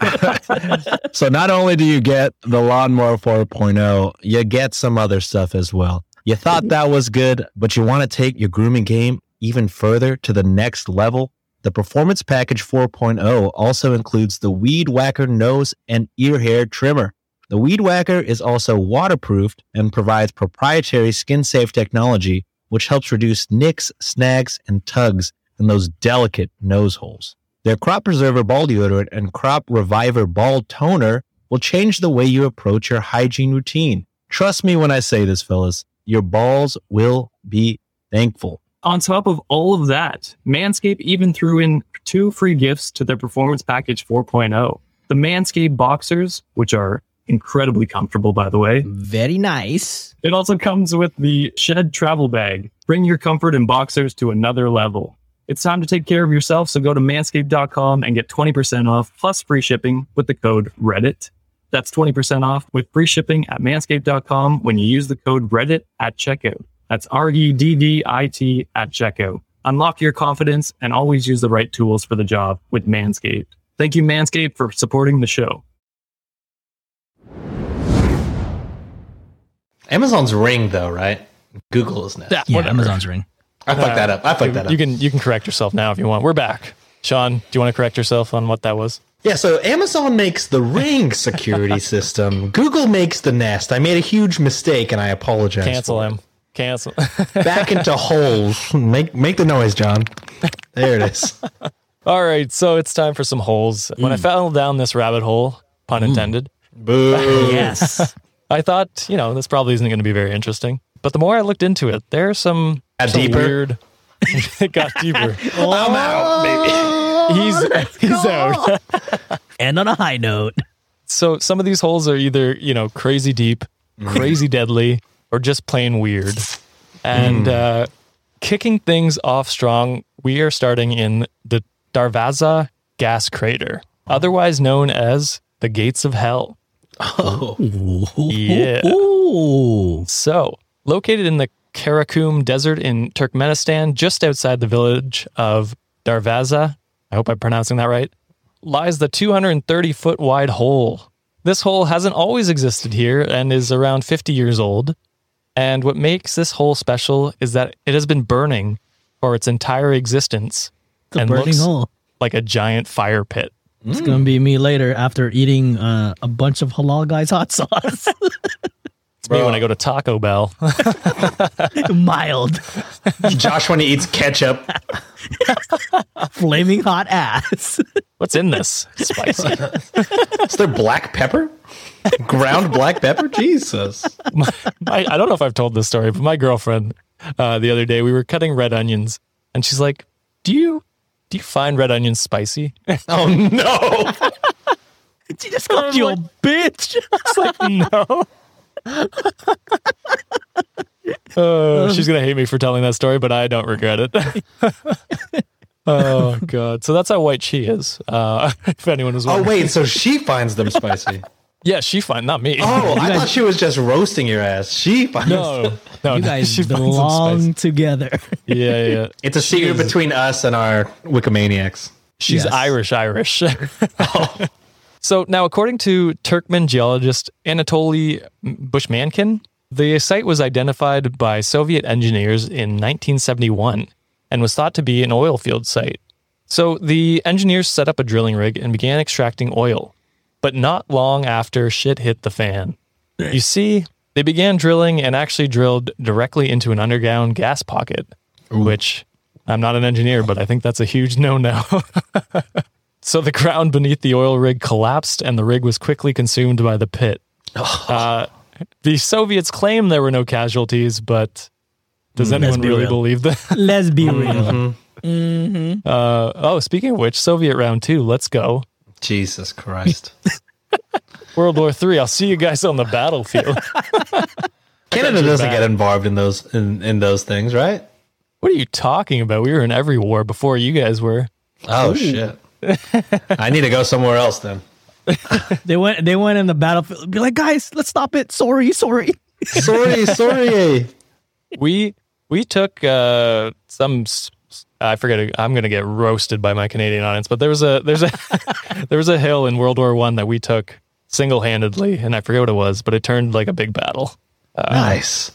[SPEAKER 7] so not only do you get the lawnmower 4.0, you get some other stuff as well. You thought that was good, but you want to take your grooming game even further to the next level. The Performance Package 4.0 also includes the Weed Whacker nose and ear hair trimmer. The Weed Whacker is also waterproofed and provides proprietary skin safe technology, which helps reduce nicks, snags, and tugs in those delicate nose holes. Their Crop Preserver Ball Deodorant and Crop Reviver Ball Toner will change the way you approach your hygiene routine. Trust me when I say this, fellas, your balls will be thankful.
[SPEAKER 5] On top of all of that, Manscaped even threw in two free gifts to their Performance Package 4.0. The Manscaped boxers, which are incredibly comfortable, by the way.
[SPEAKER 2] Very nice.
[SPEAKER 5] It also comes with the Shed Travel Bag. Bring your comfort in boxers to another level. It's time to take care of yourself, so go to manscaped.com and get 20% off plus free shipping with the code Reddit. That's 20% off with free shipping at manscaped.com when you use the code Reddit at checkout. That's R E D D I T at checkout. Unlock your confidence and always use the right tools for the job with Manscaped. Thank you, Manscaped, for supporting the show.
[SPEAKER 7] Amazon's Ring, though, right? Google is next.
[SPEAKER 2] Yeah,
[SPEAKER 4] Whatever.
[SPEAKER 2] Amazon's ring.
[SPEAKER 7] I fucked that up. I fucked that up.
[SPEAKER 4] You can you can correct yourself now if you want. We're back. Sean, do you want to correct yourself on what that was?
[SPEAKER 7] Yeah, so Amazon makes the Ring security system. Google makes the Nest. I made a huge mistake, and I apologize.
[SPEAKER 4] Cancel
[SPEAKER 7] for it.
[SPEAKER 4] him. Cancel.
[SPEAKER 7] Back into holes. Make make the noise, John. There it is.
[SPEAKER 4] All right, so it's time for some holes. When I
[SPEAKER 7] Mm.
[SPEAKER 4] fell down this rabbit hole, pun intended,
[SPEAKER 7] Boo.
[SPEAKER 2] Yes.
[SPEAKER 4] I thought, you know, this probably isn't going to be very interesting. But the more I looked into it, there are some,
[SPEAKER 7] Got
[SPEAKER 4] some
[SPEAKER 7] deeper?
[SPEAKER 4] weird. it got deeper.
[SPEAKER 7] I'm out, baby.
[SPEAKER 4] he's he's out.
[SPEAKER 2] and on a high note,
[SPEAKER 4] So some of these holes are either, you know, crazy deep,
[SPEAKER 7] Mm.
[SPEAKER 4] crazy deadly, or just plain weird. And
[SPEAKER 7] Mm.
[SPEAKER 4] uh, kicking things off strong, we are starting in the Darvaza gas crater, otherwise known as the Gates of Hell. Yeah.
[SPEAKER 2] Ooh.
[SPEAKER 4] So, located in the Karakum Desert in Turkmenistan, just outside the village of Darvaza, I hope I'm pronouncing that right, lies the 230 foot wide hole. This hole hasn't always existed here and is around 50 years old. And what makes this hole special is that it has been burning for its entire existence
[SPEAKER 8] The
[SPEAKER 4] and
[SPEAKER 8] burning
[SPEAKER 4] looks
[SPEAKER 8] hole.
[SPEAKER 4] like a giant fire pit.
[SPEAKER 8] It's gonna be me later after eating uh, a bunch of halal guys hot sauce.
[SPEAKER 4] It's me when I go to Taco Bell.
[SPEAKER 8] Mild,
[SPEAKER 7] Josh when he eats ketchup.
[SPEAKER 8] flaming hot ass.
[SPEAKER 4] What's in this? Spicy.
[SPEAKER 7] Is there black pepper? Ground black pepper? Jesus.
[SPEAKER 4] my, I don't know if I've told this story, but my girlfriend uh, the other day we were cutting red onions, and she's like, "Do you do you find red onions spicy?"
[SPEAKER 7] Oh no.
[SPEAKER 8] she just called you a bitch.
[SPEAKER 4] It's like, "No." Uh, she's gonna hate me for telling that story, but I don't regret it. oh god! So that's how white she is. Uh, if anyone was
[SPEAKER 7] Oh
[SPEAKER 4] wondering,
[SPEAKER 7] wait, so she finds them spicy.
[SPEAKER 4] yeah, she fine, not me.
[SPEAKER 7] Oh, I thought she was just roasting your ass. She finds
[SPEAKER 4] no, no,
[SPEAKER 8] You
[SPEAKER 4] no,
[SPEAKER 8] guys
[SPEAKER 4] she finds them
[SPEAKER 8] belong
[SPEAKER 4] spicy.
[SPEAKER 8] together.
[SPEAKER 4] Yeah, yeah.
[SPEAKER 7] It's a secret between us and our Wikimaniacs.
[SPEAKER 4] She's
[SPEAKER 8] Yes.
[SPEAKER 4] Irish, Irish. So now, according to Turkmen geologist Anatoly Bushmankin, the site was identified by Soviet engineers in 1971 and was thought to be an oil field site. So the engineers set up a drilling rig and began extracting oil, but not long after shit hit the fan. You see, they began drilling and actually drilled directly into an underground gas pocket, which I'm not an engineer, but I think that's a huge no no. So the ground beneath the oil rig collapsed, and the rig was quickly consumed by the pit.
[SPEAKER 8] Oh.
[SPEAKER 4] Uh, the Soviets claim there were no casualties, but does anyone
[SPEAKER 8] Hmm, be
[SPEAKER 4] really
[SPEAKER 8] real. Mm-hmm.
[SPEAKER 4] believe that?
[SPEAKER 8] Let's be real.
[SPEAKER 4] Uh, oh, speaking of which, Soviet round two, let's go.
[SPEAKER 7] Jesus Christ.
[SPEAKER 4] World War Three. I'll see you guys on the battlefield.
[SPEAKER 7] Canada doesn't get involved in those in, in those things, right?
[SPEAKER 4] what are you talking about? We were in every war before you guys were.
[SPEAKER 7] Oh shit. I need to go somewhere else then.
[SPEAKER 8] They went. They went in the battlefield. Be like, guys, let's stop it. Sorry, sorry.
[SPEAKER 7] Sorry, sorry.
[SPEAKER 4] We we took uh, some. s- s- I forget. I'm going to get roasted by my Canadian audience, but there was a there's a there was a hill in World War One that we took single handedly, and I forget what it was, but it turned like a big battle.
[SPEAKER 7] Uh. nice.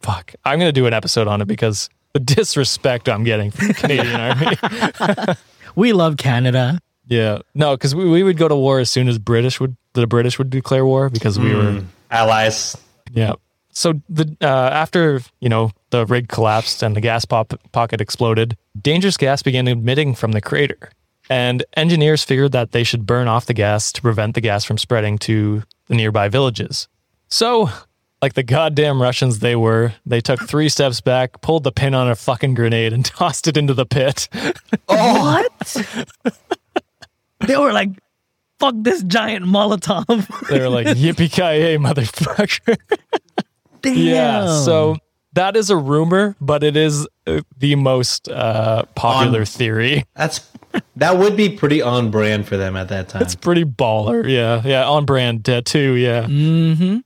[SPEAKER 4] Fuck, I'm going to do an episode on it because the disrespect I'm getting from the Canadian Army.
[SPEAKER 8] We love Canada.
[SPEAKER 4] Yeah, no, because we, we would go to war as soon as British would the British would declare war because we were
[SPEAKER 7] Allies.
[SPEAKER 4] Yeah. So the uh, after you know the rig collapsed and the gas pop- pocket exploded, dangerous gas began emitting from the crater, and engineers figured that they should burn off the gas to prevent the gas from spreading to the nearby villages. So, like the goddamn Russians they were, they took three steps back, pulled the pin on a fucking grenade, and tossed it into the pit.
[SPEAKER 8] What? they were like, fuck this giant Molotov.
[SPEAKER 4] They were like, "Yippee ki yay, motherfucker!"
[SPEAKER 8] Damn.
[SPEAKER 4] Yeah. So that is a rumor, but it is uh, the most uh, popular
[SPEAKER 7] On-
[SPEAKER 4] theory.
[SPEAKER 7] That's that would be pretty on brand for them at that time.
[SPEAKER 4] It's pretty baller. Yeah. Yeah. On brand uh, too. Yeah. Mm-hmm.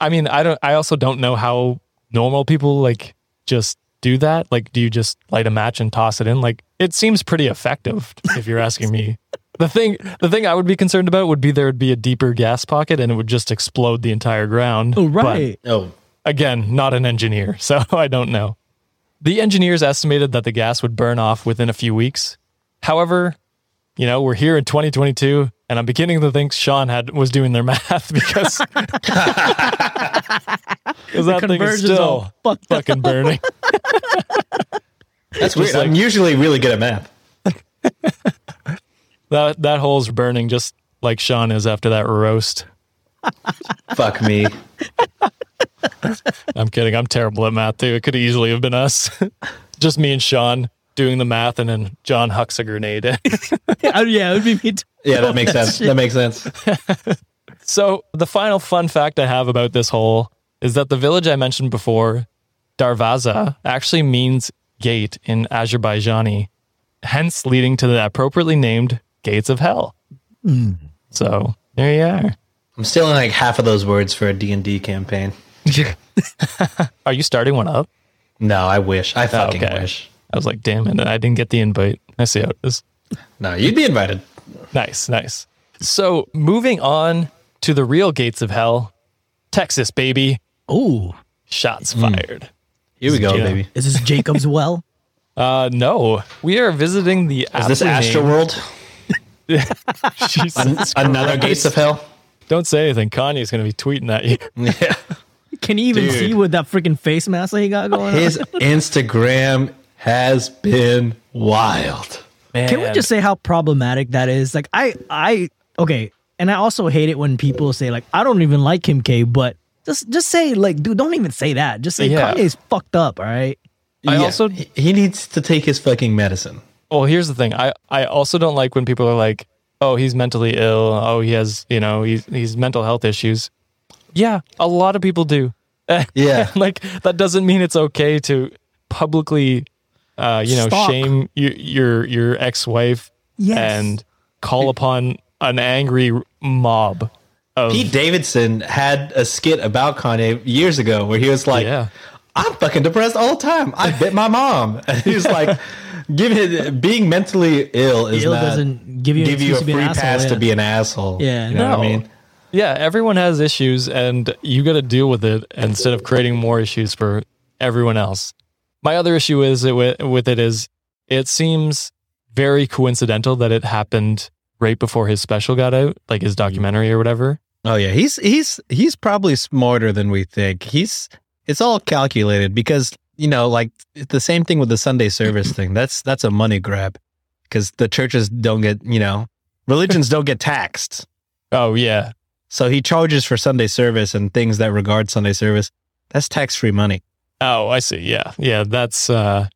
[SPEAKER 4] I mean, I don't. I also don't know how normal people like just do that. Like, do you just light a match and toss it in? Like, it seems pretty effective. If you're asking me. The thing, the thing I would be concerned about would be there would be a deeper gas pocket and it would just explode the entire ground.
[SPEAKER 8] Oh,
[SPEAKER 4] But-
[SPEAKER 8] right.
[SPEAKER 7] oh,
[SPEAKER 4] Again, not an engineer, so I don't know. The engineers estimated that the gas would burn off within a few weeks. However, you know, we're here in 2022, and I'm beginning to think Sean had was doing their math because Because that thing is
[SPEAKER 8] conversion's
[SPEAKER 4] still
[SPEAKER 8] all fucked up.
[SPEAKER 4] fucking burning.
[SPEAKER 7] That's weird. I'm usually really good at math.
[SPEAKER 4] That that hole's burning just like Sean is after that roast.
[SPEAKER 7] Fuck me.
[SPEAKER 4] I'm kidding. I'm terrible at math too. It could easily have been us. just me and Sean doing the math and then John hucks a grenade in.
[SPEAKER 8] Oh, yeah, it would be me too.
[SPEAKER 7] Yeah, that makes sense. That makes sense.
[SPEAKER 4] So the final fun fact I have about this hole is that the village I mentioned before, Darvaza, actually means gate in Azerbaijani, hence leading to the appropriately named gates of hell. So there you are.
[SPEAKER 7] I'm stealing like half of those words for a D&D campaign.
[SPEAKER 4] Are you starting one up?
[SPEAKER 7] No, I wish. I fucking wish.
[SPEAKER 4] I was like, damn it, I didn't get the invite. I see how it is.
[SPEAKER 7] No, you'd be invited.
[SPEAKER 4] Nice, nice. So moving on to the real gates of hell, Texas, baby.
[SPEAKER 8] Oh,
[SPEAKER 4] Shots fired.
[SPEAKER 7] Here we go,
[SPEAKER 4] Yeah.
[SPEAKER 7] baby.
[SPEAKER 8] is this Jacob's well?
[SPEAKER 4] Uh, no, we are visiting the.
[SPEAKER 7] Is this Astro World? Another Gates of Hell?
[SPEAKER 4] Don't say anything. Kanye's going to be tweeting at you.
[SPEAKER 7] Yeah.
[SPEAKER 8] Can you even
[SPEAKER 7] Dude.
[SPEAKER 8] see with that freaking face mask that he got going on?
[SPEAKER 7] His Instagram has been wild.
[SPEAKER 8] Can we just say how problematic that is? Like, I, I, okay, and I also hate it when people say like, I don't even like Kim K, but just, just say like, dude, don't even say that. Just say
[SPEAKER 4] Yeah.
[SPEAKER 8] Kanye's fucked up. All right.
[SPEAKER 4] I
[SPEAKER 7] Yeah,
[SPEAKER 4] also-
[SPEAKER 7] he he needs to take his fucking medicine.
[SPEAKER 4] Well, here's the thing. I I also don't like when people are like, "Oh, he's mentally ill. Oh, he has you know he's he's mental health issues." Yeah, a lot of people do.
[SPEAKER 7] Yeah.
[SPEAKER 4] like that doesn't mean it's okay to publicly, uh, you know,
[SPEAKER 8] Stalk.
[SPEAKER 4] shame your your, your ex wife
[SPEAKER 8] Yes.
[SPEAKER 4] and call upon an angry mob. Of,
[SPEAKER 7] Pete Davidson had a skit about Kanye years ago where he was like,
[SPEAKER 4] Yeah.
[SPEAKER 7] I'm fucking depressed all the time. I bit my mom. And he was like, giving being mentally ill is
[SPEAKER 8] Ill
[SPEAKER 7] not
[SPEAKER 8] doesn't give you an
[SPEAKER 7] give you
[SPEAKER 8] excuse
[SPEAKER 7] a
[SPEAKER 8] to be
[SPEAKER 7] free
[SPEAKER 8] an asshole,
[SPEAKER 7] pass to
[SPEAKER 8] yeah.
[SPEAKER 7] be an asshole.
[SPEAKER 8] Yeah.
[SPEAKER 7] You know what
[SPEAKER 4] No.
[SPEAKER 7] I mean?
[SPEAKER 4] Yeah, everyone has issues and you got to deal with it instead of creating more issues for everyone else. My other issue is it with, with it is it seems very coincidental that it happened right before his special got out, like his documentary or whatever.
[SPEAKER 7] Oh yeah, he's he's he's probably smarter than we think. He's it's all calculated because you know, like it's the same thing with the Sunday service thing. That's that's a money grab because the churches don't get you know religions don't get taxed.
[SPEAKER 4] Oh yeah.
[SPEAKER 7] So he charges for Sunday service and things that regard Sunday service. That's tax free money.
[SPEAKER 4] Oh, I see. Yeah. Yeah, that's uh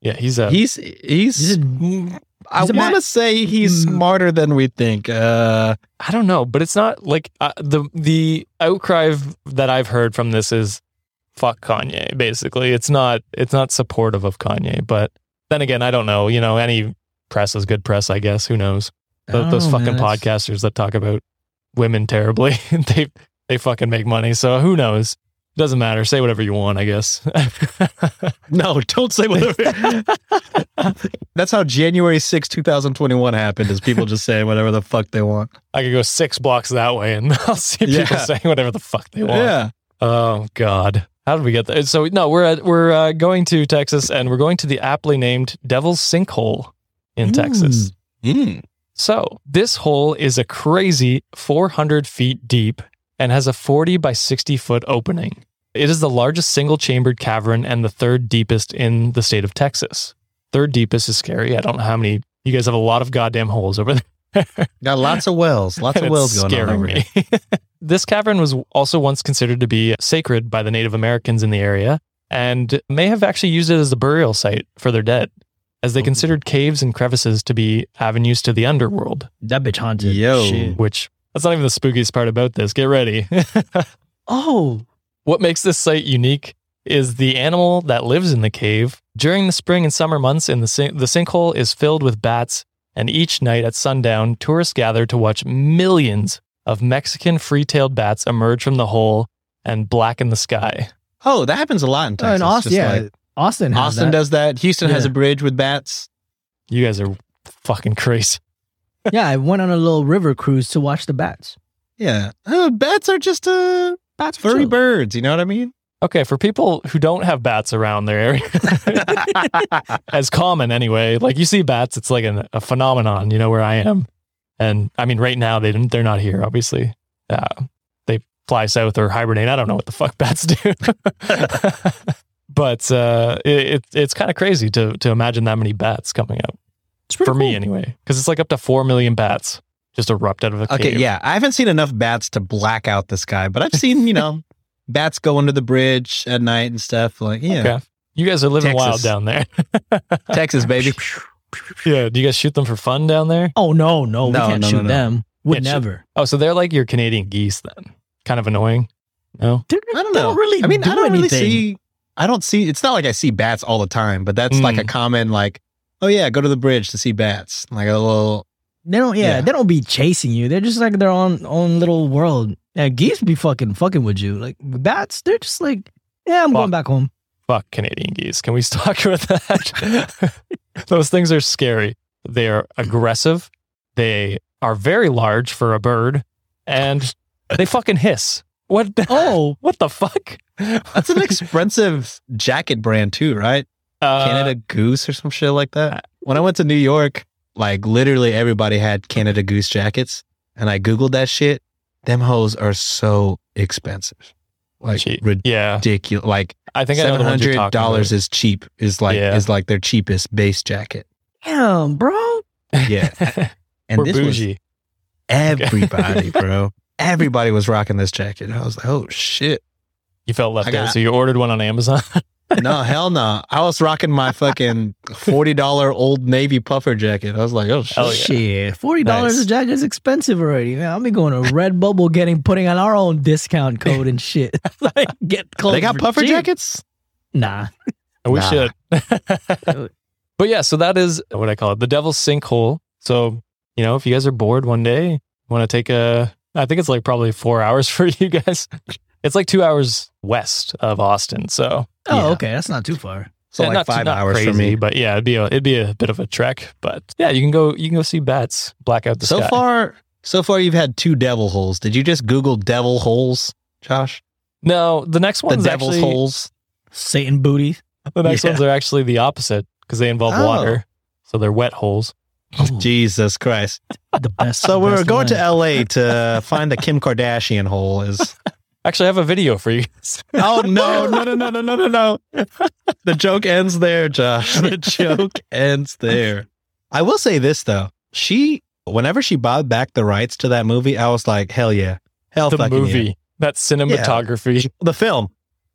[SPEAKER 4] yeah, he's a
[SPEAKER 7] He's he's.
[SPEAKER 8] He's a-
[SPEAKER 7] mm, I
[SPEAKER 8] he's a
[SPEAKER 7] want
[SPEAKER 8] ma-
[SPEAKER 7] to say he's
[SPEAKER 8] Mm.
[SPEAKER 7] smarter than we think. Uh,
[SPEAKER 4] I don't know, but it's not like uh, the the outcry of- that I've heard from this is fuck Kanye. Basically, it's not it's not supportive of Kanye. But then again, I don't know. You know, any press is good press, I guess. Who knows? Th-
[SPEAKER 8] I
[SPEAKER 4] those
[SPEAKER 8] don't know,
[SPEAKER 4] fucking
[SPEAKER 8] Oh, man, that's-
[SPEAKER 4] podcasters that talk about women terribly, they they fucking make money. So who knows? Doesn't matter. Say whatever you want, I guess.
[SPEAKER 7] No, don't say whatever. That's how January sixth, two 2021 happened is people just saying whatever the fuck they want.
[SPEAKER 4] I could go six blocks that way, and I'll see people
[SPEAKER 7] Yeah.
[SPEAKER 4] saying whatever the fuck they want.
[SPEAKER 7] Yeah.
[SPEAKER 4] Oh God, how did we get there? So no, we're at, we're uh, going to Texas, and we're going to the aptly named Devil's Sinkhole in Texas.
[SPEAKER 8] Hmm.
[SPEAKER 4] So this hole is a crazy 400 feet deep and has a 40 by 60 foot opening. It is the largest single chambered cavern and the third deepest in the state of Texas. Third deepest is scary. I don't know how many. You guys have a lot of goddamn holes over there.
[SPEAKER 7] Got lots of wells. Lots of
[SPEAKER 4] And
[SPEAKER 7] wells
[SPEAKER 4] it's
[SPEAKER 7] going on
[SPEAKER 4] scaring
[SPEAKER 7] over here.
[SPEAKER 4] me. this cavern was also once considered to be sacred by the Native Americans in the area and may have actually used it as a burial site for their dead, as
[SPEAKER 7] Hmm.
[SPEAKER 4] they considered caves and crevices to be avenues to the underworld,
[SPEAKER 8] That bitch haunted.
[SPEAKER 7] Yo.
[SPEAKER 8] Shit.
[SPEAKER 4] which that's not even the spookiest part about this. Get ready.
[SPEAKER 8] Oh,
[SPEAKER 4] What makes this site unique is the animal that lives in the cave. During the spring and summer months, in the sink- the sinkhole is filled with bats, and each night at sundown, tourists gather to watch millions of Mexican free-tailed bats emerge from the hole and blacken the sky.
[SPEAKER 7] Oh, that happens a lot in
[SPEAKER 8] oh,
[SPEAKER 7] Texas.
[SPEAKER 8] and Austin.
[SPEAKER 7] just
[SPEAKER 8] Yeah,
[SPEAKER 7] like-
[SPEAKER 8] Austin. Has
[SPEAKER 7] Austin
[SPEAKER 8] that.
[SPEAKER 7] does that. Houston has
[SPEAKER 8] Yeah.
[SPEAKER 7] a bridge with bats.
[SPEAKER 4] You guys are fucking crazy.
[SPEAKER 8] Yeah, I went on a little river cruise to watch the bats.
[SPEAKER 7] Yeah. Oh, bats are just uh,
[SPEAKER 8] Bats are
[SPEAKER 7] furry
[SPEAKER 8] chill.
[SPEAKER 7] birds. You know what I mean?
[SPEAKER 4] Okay, for people who don't have bats around their area, as common anyway, like you see bats, it's like an, a phenomenon, you know, where I am. And I mean, right now, they didn't, they're not here, obviously. Uh, they fly south or hibernate. I don't know what the fuck bats do. but uh, it, it, it's kind of crazy to, to imagine that many bats coming out.
[SPEAKER 2] It's
[SPEAKER 4] For me, anyway, because it's like up to 4 million bats just erupt out of a
[SPEAKER 7] Okay,
[SPEAKER 4] cave.
[SPEAKER 7] yeah. I haven't seen enough bats to black out the sky, but I've seen, you know, bats go under the bridge at night and stuff. Like, yeah,
[SPEAKER 4] Okay. You guys are living wild
[SPEAKER 7] Texas.
[SPEAKER 4] down there.
[SPEAKER 7] Texas, baby.
[SPEAKER 4] yeah. Do you guys shoot them for fun down there?
[SPEAKER 2] Oh no, no,
[SPEAKER 7] No,
[SPEAKER 2] we can't
[SPEAKER 7] no, no,
[SPEAKER 2] shoot
[SPEAKER 7] no.
[SPEAKER 2] them. Would
[SPEAKER 4] Can't shoot-
[SPEAKER 2] never.
[SPEAKER 4] Oh, so they're like your Canadian geese then. Kind of annoying. No?
[SPEAKER 2] They're-
[SPEAKER 7] I don't
[SPEAKER 2] they
[SPEAKER 7] know.
[SPEAKER 2] really.
[SPEAKER 7] I mean,
[SPEAKER 2] do
[SPEAKER 7] I don't
[SPEAKER 2] anything.
[SPEAKER 7] really see. I don't see. It's not like I see bats all the time, but that's like a common like. Oh yeah, go to the bridge to see bats. Like a little.
[SPEAKER 8] They don't. Yeah,
[SPEAKER 7] Yeah.
[SPEAKER 8] they don't be chasing you. They're just like their own own little world. Yeah, geese be fucking fucking with you. Like bats, they're just like, yeah, I'm
[SPEAKER 4] Fuck.
[SPEAKER 8] going back home.
[SPEAKER 4] Fuck Canadian geese. Can we talk about that? Those things are scary. They are aggressive. They are very large for a bird. And they fucking hiss. What the,
[SPEAKER 8] Oh,
[SPEAKER 4] what the fuck?
[SPEAKER 7] That's an expensive jacket brand too, right?
[SPEAKER 4] Uh,
[SPEAKER 7] Canada Goose or some shit like that. When I went to New York, like literally everybody had Canada Goose jackets, and I googled that shit. Them hoes are so expensive, like
[SPEAKER 4] Gee,
[SPEAKER 7] ridiculous.
[SPEAKER 4] Yeah.
[SPEAKER 7] Like
[SPEAKER 4] I think I know the
[SPEAKER 7] seven
[SPEAKER 4] ones you're
[SPEAKER 7] hundred
[SPEAKER 4] talking
[SPEAKER 7] dollars is cheap. Is like
[SPEAKER 4] Yeah.
[SPEAKER 7] is like their cheapest base jacket.
[SPEAKER 8] damn, bro.
[SPEAKER 7] Yeah,
[SPEAKER 4] about.
[SPEAKER 7] and
[SPEAKER 4] We're
[SPEAKER 7] this was
[SPEAKER 4] bougie.
[SPEAKER 7] everybody, bro. Everybody was rocking this jacket. And I was like, oh shit.
[SPEAKER 4] You felt left
[SPEAKER 7] I got-
[SPEAKER 4] out, so you ordered one on Amazon.
[SPEAKER 7] No, hell no. I was rocking my fucking $40 old Navy puffer jacket. I was like, oh shit.
[SPEAKER 4] Hell yeah.
[SPEAKER 8] Shit, forty dollars
[SPEAKER 4] Nice.
[SPEAKER 8] a jacket is expensive already. Man, I'll be going to Redbubble, getting putting on our own discount code and shit. like, get clothes.
[SPEAKER 7] They got
[SPEAKER 8] for
[SPEAKER 7] puffer
[SPEAKER 8] cheap.
[SPEAKER 7] jackets?
[SPEAKER 8] Nah,
[SPEAKER 4] We
[SPEAKER 7] Nah.
[SPEAKER 4] should. but yeah, so that is what I call it the devil's sinkhole. So, you know, if you guys are bored one day, want to take a, I think it's like probably four hours for you guys. It's like two hours west of Austin. So,
[SPEAKER 8] Oh,
[SPEAKER 7] Yeah.
[SPEAKER 8] okay. That's not too far.
[SPEAKER 7] So
[SPEAKER 4] Yeah,
[SPEAKER 7] like
[SPEAKER 4] not too-
[SPEAKER 7] five
[SPEAKER 4] not
[SPEAKER 7] hours
[SPEAKER 4] crazy,
[SPEAKER 7] for me.
[SPEAKER 4] But yeah, it'd be, a, it'd be a bit of a trek. But yeah, you can go, you can go see bats black out the
[SPEAKER 7] So
[SPEAKER 4] sky.
[SPEAKER 7] far, so far you've had two devil holes. Did you just Google devil holes, Josh?
[SPEAKER 4] No, the next
[SPEAKER 7] The
[SPEAKER 4] one's
[SPEAKER 7] devil's
[SPEAKER 4] actually,
[SPEAKER 7] holes.
[SPEAKER 8] Satan booty.
[SPEAKER 4] the next
[SPEAKER 7] Yeah.
[SPEAKER 4] ones are actually the opposite because they involve
[SPEAKER 7] Oh.
[SPEAKER 4] water. So they're wet holes. Oh.
[SPEAKER 7] Jesus Christ.
[SPEAKER 8] The best.
[SPEAKER 7] So
[SPEAKER 8] the
[SPEAKER 7] we're
[SPEAKER 8] best
[SPEAKER 7] going
[SPEAKER 8] one.
[SPEAKER 7] to LA to find the Kim Kardashian hole is
[SPEAKER 4] Actually, I have a video for you.
[SPEAKER 7] Oh no, no, no, no, no, no, no, no. The joke ends there, Josh. The joke ends there. I will say this though. She whenever she bought back the rights to that movie, I was like, hell yeah. Hell
[SPEAKER 4] the
[SPEAKER 7] fucking
[SPEAKER 4] movie,
[SPEAKER 7] yeah.
[SPEAKER 4] that cinematography,
[SPEAKER 7] The film.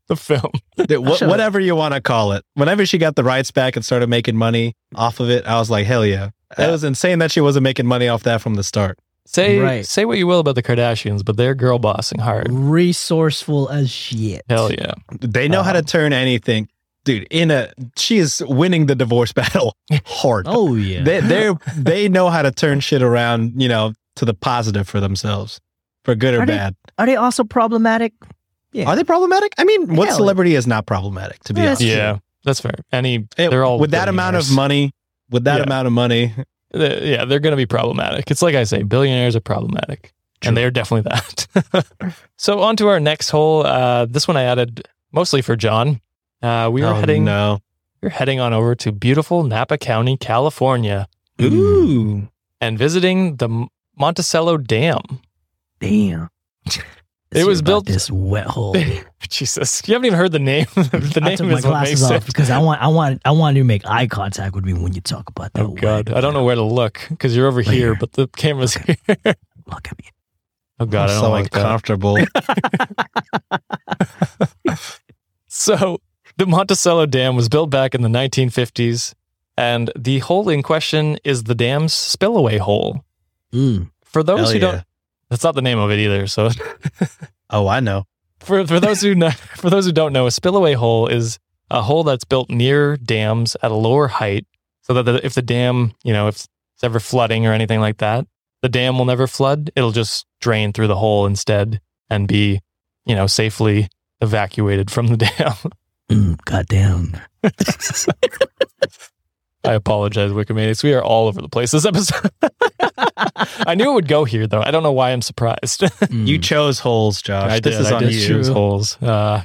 [SPEAKER 4] the film.
[SPEAKER 7] The- wh-
[SPEAKER 8] Shut up.
[SPEAKER 7] whatever you want to call it. Whenever she got the rights back and started making money off of it, I was like, hell yeah. It
[SPEAKER 4] Yeah.
[SPEAKER 7] was insane that she wasn't making money off that from the start.
[SPEAKER 4] Say
[SPEAKER 8] Right.
[SPEAKER 4] say what you will about the Kardashians, but they're girl bossing hard.
[SPEAKER 8] Resourceful as shit.
[SPEAKER 4] Hell yeah.
[SPEAKER 7] They know how to
[SPEAKER 4] Um,
[SPEAKER 7] turn anything. Dude, in a she is winning the divorce battle hard.
[SPEAKER 8] Oh yeah.
[SPEAKER 7] they they they know how to turn shit around, you know, to the positive for themselves, for good or
[SPEAKER 8] Are they-
[SPEAKER 7] bad.
[SPEAKER 8] Are they also problematic? yeah.
[SPEAKER 7] Are they problematic? I mean, what
[SPEAKER 8] Hell.
[SPEAKER 7] celebrity is not problematic? To be
[SPEAKER 8] Yeah,
[SPEAKER 7] honest,
[SPEAKER 8] That's
[SPEAKER 4] yeah. That's fair. Any
[SPEAKER 7] It-
[SPEAKER 4] they're all
[SPEAKER 7] with that amount of
[SPEAKER 4] billionaires.
[SPEAKER 7] money. With that
[SPEAKER 4] Yeah.
[SPEAKER 7] amount of money,
[SPEAKER 4] They- yeah, they're gonna be problematic. It's like I say, billionaires are problematic. And they're definitely that. so on to our next hole. Uh, this one I added mostly for John. Uh, we were
[SPEAKER 7] Oh,
[SPEAKER 4] heading
[SPEAKER 7] No,
[SPEAKER 4] we were heading on over to beautiful Napa County, California,
[SPEAKER 7] ooh,
[SPEAKER 4] and visiting the M- Monticello Dam.
[SPEAKER 8] Damn.
[SPEAKER 4] It
[SPEAKER 8] Hear
[SPEAKER 4] was
[SPEAKER 8] about
[SPEAKER 4] built-
[SPEAKER 8] this wet hole.
[SPEAKER 4] Jesus, you haven't even heard the name. the
[SPEAKER 8] I
[SPEAKER 4] name
[SPEAKER 8] took my
[SPEAKER 4] is what
[SPEAKER 8] glasses
[SPEAKER 4] makes
[SPEAKER 8] off
[SPEAKER 4] it.
[SPEAKER 8] because I want I want I want you to make eye contact with me when you talk about that.
[SPEAKER 4] Oh god, I don't know where to look because you're over here,
[SPEAKER 8] Later.
[SPEAKER 4] but the camera's here.
[SPEAKER 8] Look at me.
[SPEAKER 4] Oh god, I
[SPEAKER 7] Mm.
[SPEAKER 4] don't
[SPEAKER 7] I'm so
[SPEAKER 4] like that.
[SPEAKER 7] uncomfortable.
[SPEAKER 4] So the Monticello Dam was built back in the 1950s, and the hole in question is the dam's spillaway hole.
[SPEAKER 8] Mm.
[SPEAKER 4] For those
[SPEAKER 7] Hell
[SPEAKER 4] who
[SPEAKER 7] yeah.
[SPEAKER 4] don't, that's not the name of it either. So
[SPEAKER 7] oh, I know.
[SPEAKER 4] for for those who know, for those who don't know, a spillaway hole is a hole that's built near dams at a lower height, so that the, if the dam, you know, if it's ever flooding or anything like that, the dam will never flood. It'll just drain through the hole instead and be, you know, safely evacuated from the dam.
[SPEAKER 8] Mm, goddamn.
[SPEAKER 4] I apologize, Wikimaniacs. We are all over the place this episode. I knew it would go here, though. I don't know why I'm surprised.
[SPEAKER 7] You chose holes, Josh.
[SPEAKER 4] Mm. I
[SPEAKER 7] this
[SPEAKER 4] did.
[SPEAKER 7] is
[SPEAKER 4] I
[SPEAKER 7] on
[SPEAKER 4] did
[SPEAKER 7] you.
[SPEAKER 4] choose holes. Uh,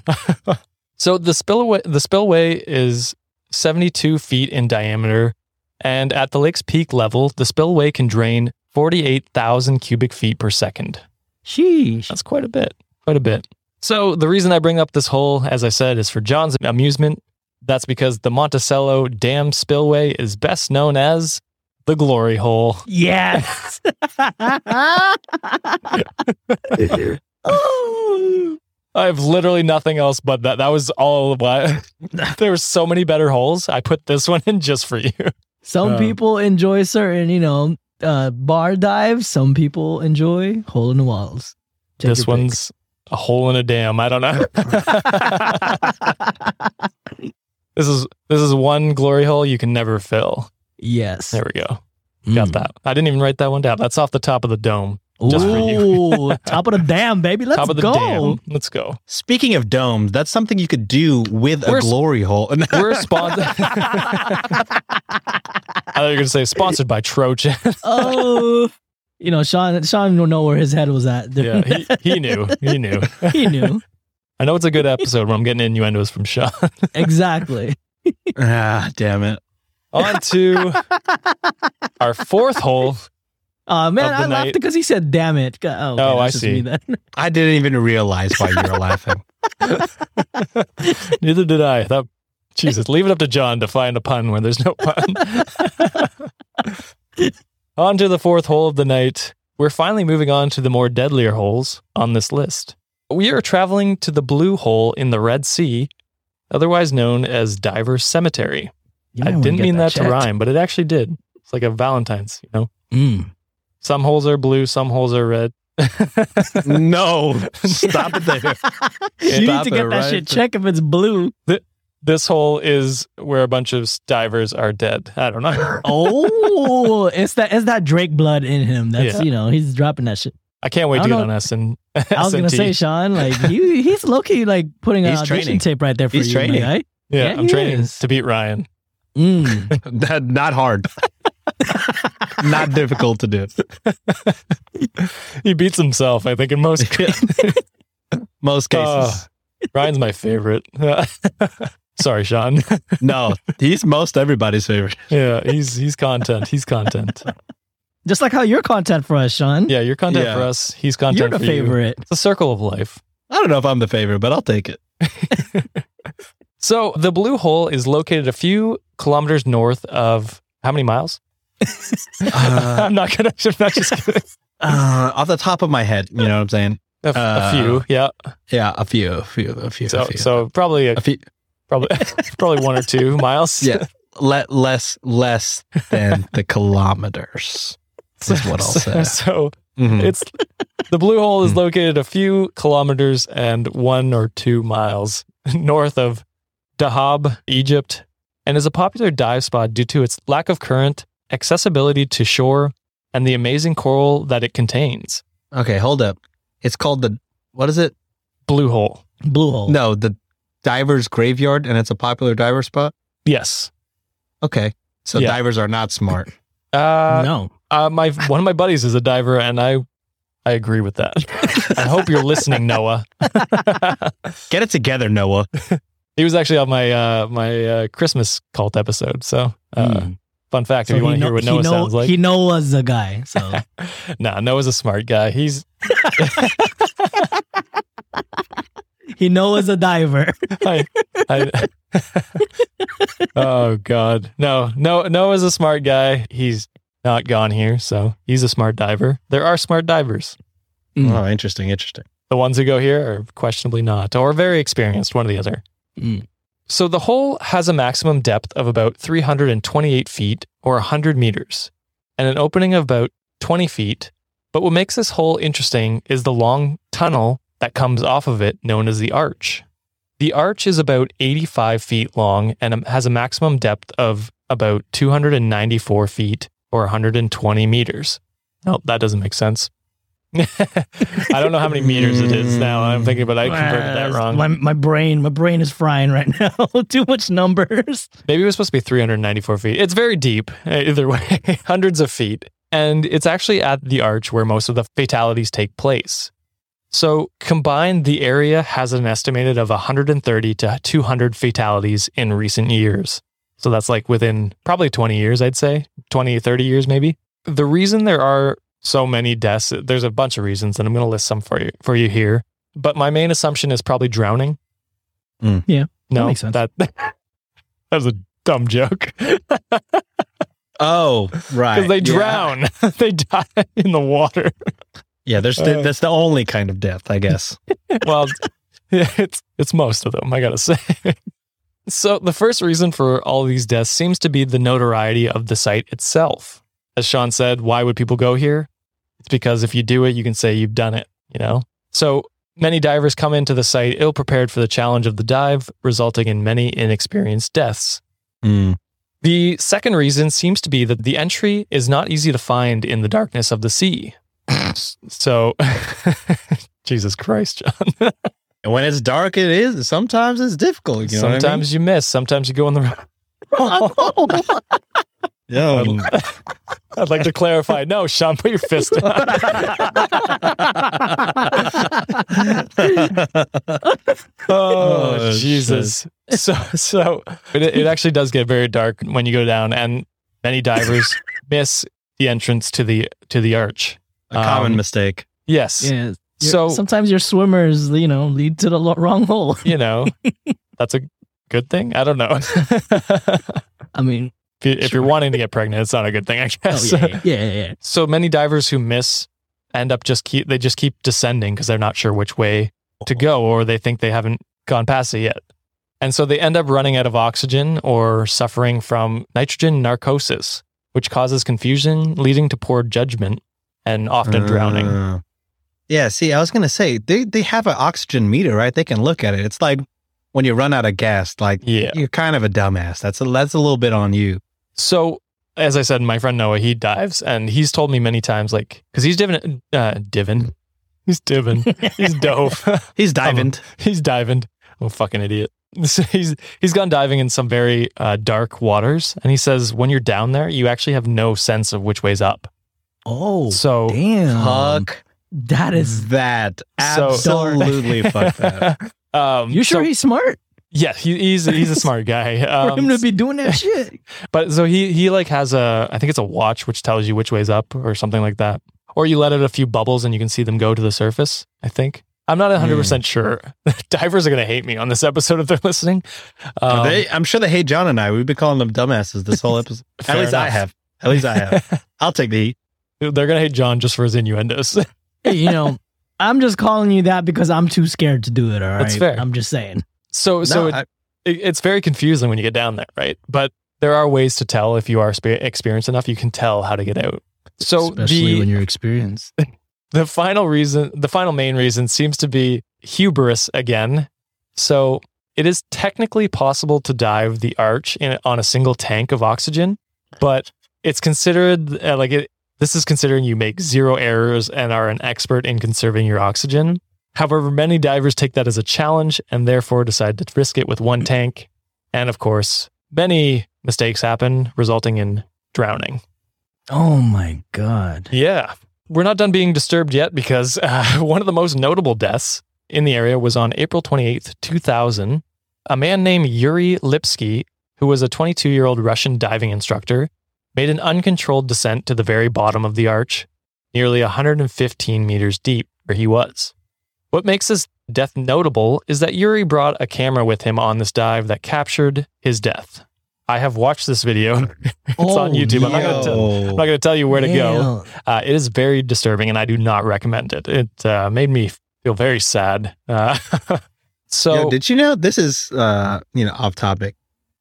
[SPEAKER 4] so the spillway, the spillway is 72 feet in diameter, and at the lake's peak level, the spillway can drain 48,000 cubic feet per second.
[SPEAKER 8] Sheesh.
[SPEAKER 4] That's quite a bit. quite a bit. So the reason I bring up this hole, as I said, is for John's amusement. That's because the Monticello Dam spillway is best known as the Glory Hole.
[SPEAKER 2] Yes. oh.
[SPEAKER 4] I have literally nothing else but that. That was all why there were so many better holes. I put this one in just for you.
[SPEAKER 8] Some
[SPEAKER 4] Um,
[SPEAKER 8] people enjoy certain, you know, uh, bar dives. Some people enjoy hole in the walls. Take your
[SPEAKER 4] this
[SPEAKER 8] pick.
[SPEAKER 4] one's a hole in a dam. I don't know. this is this is one glory hole you can never fill.
[SPEAKER 8] yes.
[SPEAKER 4] There we go. Got that. I didn't even write that one down. That's off the top of the dome. Just for
[SPEAKER 8] Ooh, top of the dam, baby. Let's
[SPEAKER 4] top of the
[SPEAKER 8] go.
[SPEAKER 4] dam. Let's go.
[SPEAKER 7] Speaking of domes, that's something you could do with
[SPEAKER 4] We're
[SPEAKER 7] a
[SPEAKER 4] s-
[SPEAKER 7] glory hole.
[SPEAKER 4] We're sponsored. I thought you were going to say sponsored by Trojan.
[SPEAKER 8] Oh, you know, Sean. Sean will know where his head was at.
[SPEAKER 4] yeah, he, he knew. He knew.
[SPEAKER 8] he knew
[SPEAKER 4] I know it's a good episode when I'm getting innuendos from Sean.
[SPEAKER 8] exactly.
[SPEAKER 7] ah, damn it.
[SPEAKER 4] On to our fourth hole.
[SPEAKER 8] Uh, man,
[SPEAKER 4] Of the
[SPEAKER 8] I laughed
[SPEAKER 4] night.
[SPEAKER 8] because he said, "Damn it!" Go- Oh, okay,
[SPEAKER 4] Oh,
[SPEAKER 8] that's
[SPEAKER 4] I
[SPEAKER 8] just
[SPEAKER 4] see.
[SPEAKER 8] me then.
[SPEAKER 7] I didn't even realize why you were laughing.
[SPEAKER 4] Neither did I. That Jesus, leave it up to John to find a pun when there's no pun. on to the fourth hole of the night. We're finally moving on to the more deadlier holes on this list. We are traveling to the blue hole in the Red Sea, otherwise known as Diver's Cemetery.
[SPEAKER 8] You
[SPEAKER 4] I
[SPEAKER 8] might wanna
[SPEAKER 4] didn't
[SPEAKER 8] get
[SPEAKER 4] mean that, to
[SPEAKER 8] checked.
[SPEAKER 4] rhyme, but it actually did. It's like a Valentine's, you know.
[SPEAKER 8] Mm.
[SPEAKER 4] Some holes are blue, some holes are red.
[SPEAKER 7] no, stop it there.
[SPEAKER 8] you need
[SPEAKER 4] Stop
[SPEAKER 8] to
[SPEAKER 4] it
[SPEAKER 8] get that
[SPEAKER 4] right
[SPEAKER 8] shit
[SPEAKER 4] there.
[SPEAKER 8] checked if it's blue.
[SPEAKER 4] This hole is where a bunch of divers are dead. I don't know.
[SPEAKER 8] Oh, it's that it's that Drake blood in him. That's
[SPEAKER 4] Yeah.
[SPEAKER 8] you know he's dropping that shit.
[SPEAKER 4] I can't wait
[SPEAKER 8] I
[SPEAKER 4] to get
[SPEAKER 8] don't
[SPEAKER 4] on SN.
[SPEAKER 8] I was gonna say, Sean, like he he's low key like putting an
[SPEAKER 7] He's
[SPEAKER 8] audition
[SPEAKER 7] training.
[SPEAKER 8] tape right there for
[SPEAKER 7] He's
[SPEAKER 8] you,
[SPEAKER 7] training.
[SPEAKER 8] my guy.
[SPEAKER 4] Yeah,
[SPEAKER 8] Yeah,
[SPEAKER 4] I'm
[SPEAKER 8] he
[SPEAKER 4] training
[SPEAKER 8] is.
[SPEAKER 4] to beat Ryan.
[SPEAKER 8] Mm.
[SPEAKER 7] That, not hard. not difficult to do.
[SPEAKER 4] He beats himself, I think, in most
[SPEAKER 7] Most cases.
[SPEAKER 4] Oh. Ryan's my favorite. Sorry, Sean.
[SPEAKER 7] No, he's most everybody's favorite.
[SPEAKER 4] Yeah, he's he's content. He's content.
[SPEAKER 8] Just like how you're content for us, Sean.
[SPEAKER 4] Yeah, you're content
[SPEAKER 7] Yeah.
[SPEAKER 4] for us. He's content
[SPEAKER 8] you're the
[SPEAKER 4] for you.
[SPEAKER 8] favorite.
[SPEAKER 4] It's a circle of life.
[SPEAKER 7] I don't know if I'm the favorite, but I'll take it.
[SPEAKER 4] So the blue hole is located a few kilometers north of how many miles?
[SPEAKER 7] Uh,
[SPEAKER 4] I'm not gonna. I'm not just kidding.
[SPEAKER 7] uh, off the top of my head, you know what I'm saying?
[SPEAKER 4] A, f- a
[SPEAKER 7] Uh,
[SPEAKER 4] few. Yeah.
[SPEAKER 7] Yeah, a few, a few, a few,
[SPEAKER 4] So
[SPEAKER 7] a few.
[SPEAKER 4] so probably a,
[SPEAKER 7] a few.
[SPEAKER 4] probably probably one or two miles.
[SPEAKER 7] Yeah, le- less, less than the kilometers. That's what I'll
[SPEAKER 4] So-
[SPEAKER 7] say.
[SPEAKER 4] so
[SPEAKER 8] Mm.
[SPEAKER 7] Mhm.
[SPEAKER 4] it's the blue hole is
[SPEAKER 7] Hmm.
[SPEAKER 4] located a few kilometers and one or two miles north of Dahab, Egypt, and is a popular dive spot due to its lack of current, accessibility to shore, and the amazing coral that it contains.
[SPEAKER 7] Okay, hold up. It's called the what is it?
[SPEAKER 4] Blue hole.
[SPEAKER 8] Blue hole.
[SPEAKER 7] No, the Divers Graveyard, and it's a popular diver spot.
[SPEAKER 4] Yes.
[SPEAKER 7] Okay, so
[SPEAKER 4] Yeah.
[SPEAKER 7] divers are not smart.
[SPEAKER 4] Uh,
[SPEAKER 8] no.
[SPEAKER 4] uh, my one of my buddies is a diver, and I I agree with that. I hope you're listening, Noah.
[SPEAKER 7] Get it together, Noah.
[SPEAKER 4] He was actually on my uh, my uh, Christmas cult episode. So, uh, fun fact:
[SPEAKER 8] Hmm. So
[SPEAKER 4] if you want to
[SPEAKER 8] kno-
[SPEAKER 4] hear what
[SPEAKER 8] he
[SPEAKER 4] Noah
[SPEAKER 8] know-
[SPEAKER 4] sounds like,
[SPEAKER 8] he knows the guy. So
[SPEAKER 4] Nah, Noah's a smart guy. He's
[SPEAKER 8] he knows a diver.
[SPEAKER 4] I, I, Oh god. No, no Noah's a smart guy. He's not gone here, so he's a smart diver. There are smart divers.
[SPEAKER 8] Mm.
[SPEAKER 7] Oh, interesting, interesting.
[SPEAKER 4] The ones who go here are questionably not, or very experienced, one or the other.
[SPEAKER 8] Mm.
[SPEAKER 4] So the hole has a maximum depth of about 328 feet or 100 meters, and an opening of about 20 feet. But what makes this hole interesting is the long tunnel that comes off of it, known as the arch. The arch is about 85 feet long and has a maximum depth of about 294 feet or 120 meters. No, that doesn't make sense. I don't know how many meters it is now. I'm thinking, but I converted that
[SPEAKER 8] Ah,
[SPEAKER 4] wrong.
[SPEAKER 8] My, my brain, my brain is frying right now. Too much numbers.
[SPEAKER 4] Maybe it was supposed to be 394 feet. It's very deep, uh, either way, hundreds of feet. And it's actually at the arch where most of the fatalities take place. So, combined, the area has an estimated of 130 to 200 fatalities in recent years. So, that's like within probably 20 years, I'd say 20, 30 years, maybe. The reason there are so many deaths, there's a bunch of reasons, and I'm going to list some for you, for you here. but my main assumption is probably drowning.
[SPEAKER 7] Mm.
[SPEAKER 8] Yeah,
[SPEAKER 4] No,
[SPEAKER 8] makes sense.
[SPEAKER 4] that that was a dumb joke because
[SPEAKER 7] Oh, right.
[SPEAKER 4] they
[SPEAKER 7] Yeah.
[SPEAKER 4] drown, they die in the water.
[SPEAKER 7] Yeah, there's
[SPEAKER 4] Uh.
[SPEAKER 7] the, that's the only kind of death, I guess.
[SPEAKER 4] well, yeah, it's it's most of them, I gotta say. So the first reason for all these deaths seems to be the notoriety of the site itself. As Sean said, why would people go here? It's because if you do it, you can say you've done it, you know? So many divers come into the site ill prepared for the challenge of the dive, resulting in many inexperienced deaths.
[SPEAKER 7] Hmm.
[SPEAKER 4] The second reason seems to be that the entry is not easy to find in the darkness of the sea. so, Jesus Christ, John.
[SPEAKER 7] And when it's dark, it is. Sometimes it's difficult. You know
[SPEAKER 4] sometimes you miss, sometimes you go on the wrong.
[SPEAKER 7] what I mean? Yeah.
[SPEAKER 4] I'd like to clarify. No, Sean, put your fist down.
[SPEAKER 7] Oh,
[SPEAKER 4] oh, Jesus. So, so it, it actually does get very dark when you go down, and many divers miss the entrance to the to the arch.
[SPEAKER 7] A common
[SPEAKER 4] Um,
[SPEAKER 7] mistake.
[SPEAKER 4] Yes.
[SPEAKER 8] Yeah. You're-
[SPEAKER 4] So-
[SPEAKER 8] sometimes your swimmers, you know, lead to the lo- wrong hole.
[SPEAKER 4] You know, that's a good thing. I don't know.
[SPEAKER 8] I mean,
[SPEAKER 4] if, you, if you're wanting to get pregnant, it's not a good thing, I
[SPEAKER 8] oh,
[SPEAKER 4] guess.
[SPEAKER 8] yeah, yeah, yeah, yeah.
[SPEAKER 4] So many divers who miss end up just keep they just keep descending because they're not sure which way to go or they think they haven't gone past it yet. And so they end up running out of oxygen or suffering from nitrogen narcosis, which causes confusion, leading to poor judgment and often drowning.
[SPEAKER 7] Uh, yeah, see, I was gonna say they they have an oxygen meter, right? They can look at it. It's like when you run out of gas, like
[SPEAKER 4] Yeah.
[SPEAKER 7] you're kind of a dumbass. That's a that's a little bit on you.
[SPEAKER 4] So, as I said, my friend Noah, he dives and he's told me many times, like, because he's divin, uh, divin, he's divin, he's dove.
[SPEAKER 7] He's diving.
[SPEAKER 4] he's diving. I'm a fucking idiot. So he's he's gone diving in some very uh, dark waters, and he says when you're down there, you actually have no sense of which way's up.
[SPEAKER 8] Oh,
[SPEAKER 4] So
[SPEAKER 8] damn.
[SPEAKER 7] fuck
[SPEAKER 8] That is.
[SPEAKER 7] that.
[SPEAKER 4] So-
[SPEAKER 7] Absolutely fuck that.
[SPEAKER 4] um,
[SPEAKER 8] You sure
[SPEAKER 4] so-
[SPEAKER 8] he's smart
[SPEAKER 4] yeah, he, he's he's a smart guy.
[SPEAKER 8] for
[SPEAKER 4] Um,
[SPEAKER 8] him to be doing that shit?
[SPEAKER 4] But so he he like has a I think it's a watch which tells you which way's up or something like that. Or you let out a few bubbles and you can see them go to the surface, I think. I'm not 100%
[SPEAKER 8] Hmm.
[SPEAKER 4] sure. Divers are going to hate me on this episode if they're listening. Um,
[SPEAKER 7] they, I'm sure they hate John and I. We've been calling them dumbasses this whole episode. At
[SPEAKER 4] Fair
[SPEAKER 7] least I
[SPEAKER 4] enough.
[SPEAKER 7] have. At least I have. I'll take the heat.
[SPEAKER 4] they're going to hate John just for his innuendos.
[SPEAKER 8] Hey, you know, I'm just calling you that because I'm too scared to do it. All right,
[SPEAKER 4] That's fair.
[SPEAKER 8] I'm just saying.
[SPEAKER 4] so so
[SPEAKER 7] No,
[SPEAKER 4] it,
[SPEAKER 7] I-
[SPEAKER 4] it- it's very confusing when you get down there, right? But there are ways to tell if you are spe- experienced enough, you can tell how to get out. So the,
[SPEAKER 8] you're experienced.
[SPEAKER 4] the final reason, the final main reason seems to be hubris again. So it is technically possible to dive the arch in, on a single tank of oxygen, but it's considered uh, like it, this is considering you make zero errors and are an expert in conserving your oxygen. However, many divers take that as a challenge and therefore decide to risk it with one tank. And of course, many mistakes happen, resulting in drowning.
[SPEAKER 8] Oh my god.
[SPEAKER 4] Yeah. We're not done being disturbed yet because uh, one of the most notable deaths in the area was on April 28th, 2000. A man named Yuri Lipsky, who was a 22 year old Russian diving instructor, made an uncontrolled descent to the very bottom of the arch, nearly 115 meters deep, where he was. What makes this death notable is that Yuri brought a camera with him on this dive that captured his death. I have watched this video. it's on
[SPEAKER 8] Oh,
[SPEAKER 4] YouTube. I'm not gonna tell- I'm not going to tell you where to go.
[SPEAKER 8] Damn.
[SPEAKER 4] Uh, it is very disturbing, and I do not recommend it. It uh, made me feel very sad. Uh, so,
[SPEAKER 7] Yo, did you know this is uh you know off topic?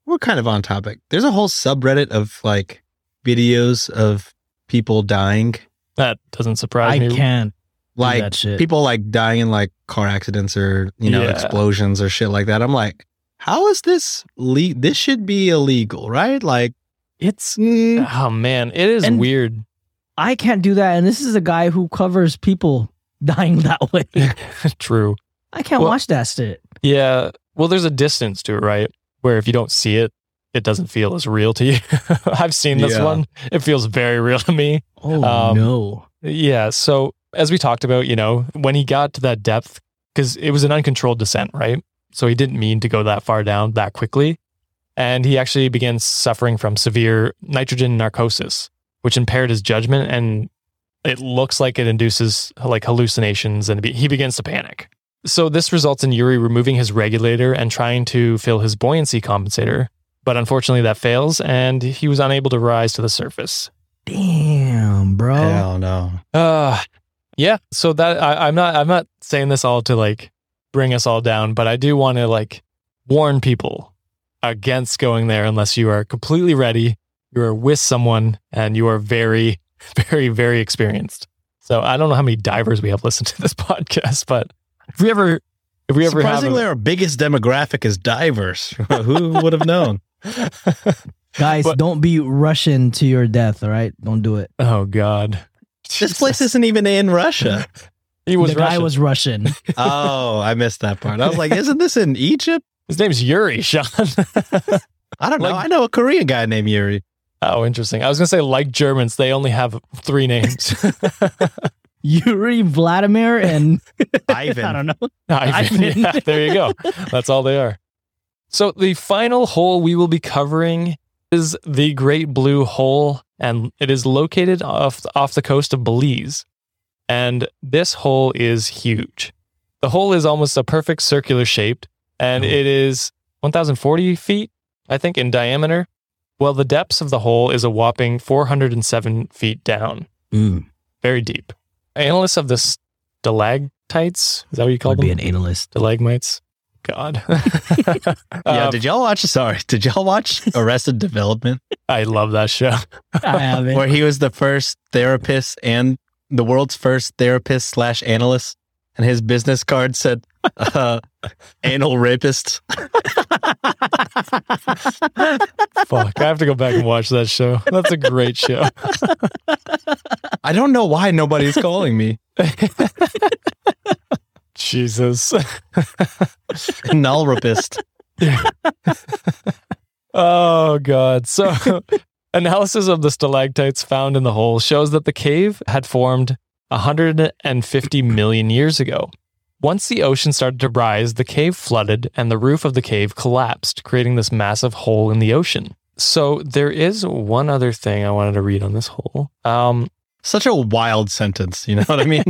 [SPEAKER 7] We're kind of on topic. There's a whole subreddit of like videos of people dying,
[SPEAKER 4] that doesn't surprise
[SPEAKER 8] I
[SPEAKER 4] me.
[SPEAKER 8] can't. do
[SPEAKER 7] like
[SPEAKER 8] that shit.
[SPEAKER 7] people like dying in like car accidents or you know
[SPEAKER 4] Yeah.
[SPEAKER 7] explosions or shit like that. I'm like, how is this? Le- this should be illegal, right? Like,
[SPEAKER 4] It's
[SPEAKER 7] mm,
[SPEAKER 4] oh man, it is
[SPEAKER 8] And-
[SPEAKER 4] weird.
[SPEAKER 8] I can't do that. And this is a guy who covers people dying that way.
[SPEAKER 4] True.
[SPEAKER 8] I can't
[SPEAKER 4] Well-
[SPEAKER 8] watch that shit.
[SPEAKER 4] Yeah. Well, there's a distance to it, right? Where if you don't see it, it doesn't feel as real to you. I've seen this
[SPEAKER 7] Yeah.
[SPEAKER 4] one. It feels very real to me.
[SPEAKER 8] Oh
[SPEAKER 4] Um,
[SPEAKER 8] no.
[SPEAKER 4] Yeah. So as we talked about, you know, when he got to that depth, because it was an uncontrolled descent, right? So he didn't mean to go that far down that quickly. And he actually began suffering from severe nitrogen narcosis, which impaired his judgment. And it looks like it induces like hallucinations and he begins to panic. So this results in Yuri removing his regulator and trying to fill his buoyancy compensator. But unfortunately, that fails, and he was unable to rise to the surface.
[SPEAKER 2] Damn, bro.
[SPEAKER 7] Hell no.
[SPEAKER 4] Uh yeah. So that I, I'm not I'm not saying this all to like bring us all down, but I do want to like warn people against going there unless you are completely ready, you are with someone, and you are very, very, very experienced. So I don't know how many divers we have listened to this podcast, but if we ever if we ever have
[SPEAKER 7] Surprisingly,
[SPEAKER 4] a-
[SPEAKER 7] our biggest demographic is divers. Who would have known?
[SPEAKER 8] Guys,
[SPEAKER 4] But-
[SPEAKER 8] don't be rushing to your death, all right? Don't do it.
[SPEAKER 4] Oh God.
[SPEAKER 7] This place isn't even in Russia.
[SPEAKER 4] He was
[SPEAKER 8] the guy
[SPEAKER 4] Russian.
[SPEAKER 8] was Russian.
[SPEAKER 7] Oh, I missed that part. I was like, isn't this in Egypt?
[SPEAKER 4] His name's Yuri, Sean.
[SPEAKER 7] I don't know.
[SPEAKER 4] Like-
[SPEAKER 7] I know a Korean guy named Yuri.
[SPEAKER 4] oh, interesting. I was gonna say like Germans, they only have three names.
[SPEAKER 8] Yuri Vladimir and
[SPEAKER 7] Ivan.
[SPEAKER 8] I don't know.
[SPEAKER 4] Ivan.
[SPEAKER 8] Ivan.
[SPEAKER 4] Yeah, there you go. That's all they are. So the final hole we will be covering is the Great Blue Hole, and it is located off off the coast of Belize. And this hole is huge. The hole is almost a perfect circular shaped, and it is 1,040 feet, I think, in diameter. Well, the depths of the hole is a whopping 407 feet down. Very deep. Analysts of the stalactites, is that what you call
[SPEAKER 2] Would
[SPEAKER 4] them?
[SPEAKER 2] be an analyst.
[SPEAKER 4] Stalagmites. God.
[SPEAKER 7] yeah,
[SPEAKER 4] Um,
[SPEAKER 7] did y'all watch? Sorry, did y'all watch Arrested Development,
[SPEAKER 4] I love that show.
[SPEAKER 8] I haven't.
[SPEAKER 7] where he was the first therapist and the world's first therapist slash analyst, and his business card said uh, "anal rapist."
[SPEAKER 4] Fuck. I have to go back and watch that show. That's a great show.
[SPEAKER 7] I don't know why nobody's calling me,
[SPEAKER 4] Jesus.
[SPEAKER 7] anal rapist.
[SPEAKER 4] Oh, God. So, analysis of the stalactites found in the hole shows that the cave had formed 150 million years ago. Once the ocean started to rise, the cave flooded and the roof of the cave collapsed, creating this massive hole in the ocean. So, there is one other thing I wanted to read on this hole. Um,
[SPEAKER 7] Such a wild sentence. You know what I mean?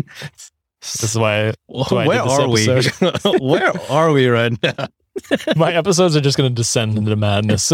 [SPEAKER 4] This is why why I
[SPEAKER 7] Where
[SPEAKER 4] did this
[SPEAKER 7] are we? Where are we right now?
[SPEAKER 4] my episodes are just going to descend into madness.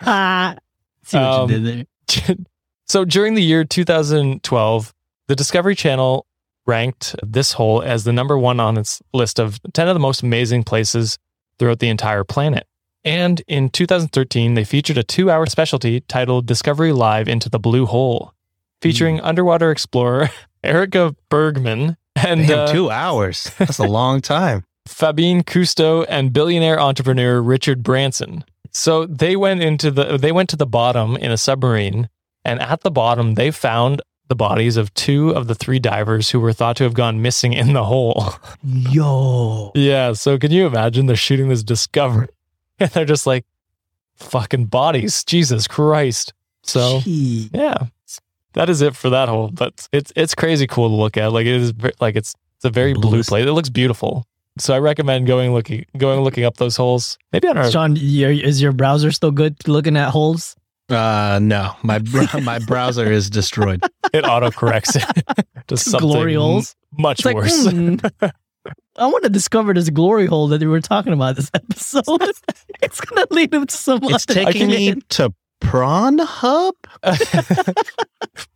[SPEAKER 8] Ah. See what
[SPEAKER 4] Um,
[SPEAKER 8] you did there.
[SPEAKER 4] so during the year 2012, the Discovery Channel ranked this hole as the number one on its list of 10 of the most amazing places throughout the entire planet. And in 2013, they featured a two hour specialty titled Discovery Live into the Blue Hole, featuring underwater explorer Erica Bergman and
[SPEAKER 7] Damn,
[SPEAKER 4] uh,
[SPEAKER 7] two hours. That's a long time.
[SPEAKER 4] Fabien Cousteau and billionaire entrepreneur Richard Branson. So they went into the they went to the bottom in a submarine, and at the bottom they found the bodies of two of the three divers who were thought to have gone missing in the hole.
[SPEAKER 8] Yo.
[SPEAKER 4] yeah, so can you imagine they're shooting this discovery and they're just like fucking bodies, Jesus Christ. So
[SPEAKER 8] Gee.
[SPEAKER 4] yeah. That is it for that hole, but it's it's crazy cool to look at. Like it is ver- like it's it's a very blue
[SPEAKER 2] Blues.
[SPEAKER 4] place. It looks beautiful. So I recommend going looking going looking up those holes. Maybe on our
[SPEAKER 8] Sean, your, is your browser still good looking at holes?
[SPEAKER 7] Uh, no, my br- my browser is destroyed.
[SPEAKER 4] it auto corrects it to something
[SPEAKER 8] glory holes.
[SPEAKER 4] m- much
[SPEAKER 8] It's like,
[SPEAKER 4] worse.
[SPEAKER 8] hmm, I want to discover this glory hole that we were talking about this episode. it's gonna lead him to some.
[SPEAKER 7] It's
[SPEAKER 8] other
[SPEAKER 7] taking me
[SPEAKER 8] shit.
[SPEAKER 7] to Prawn Hub.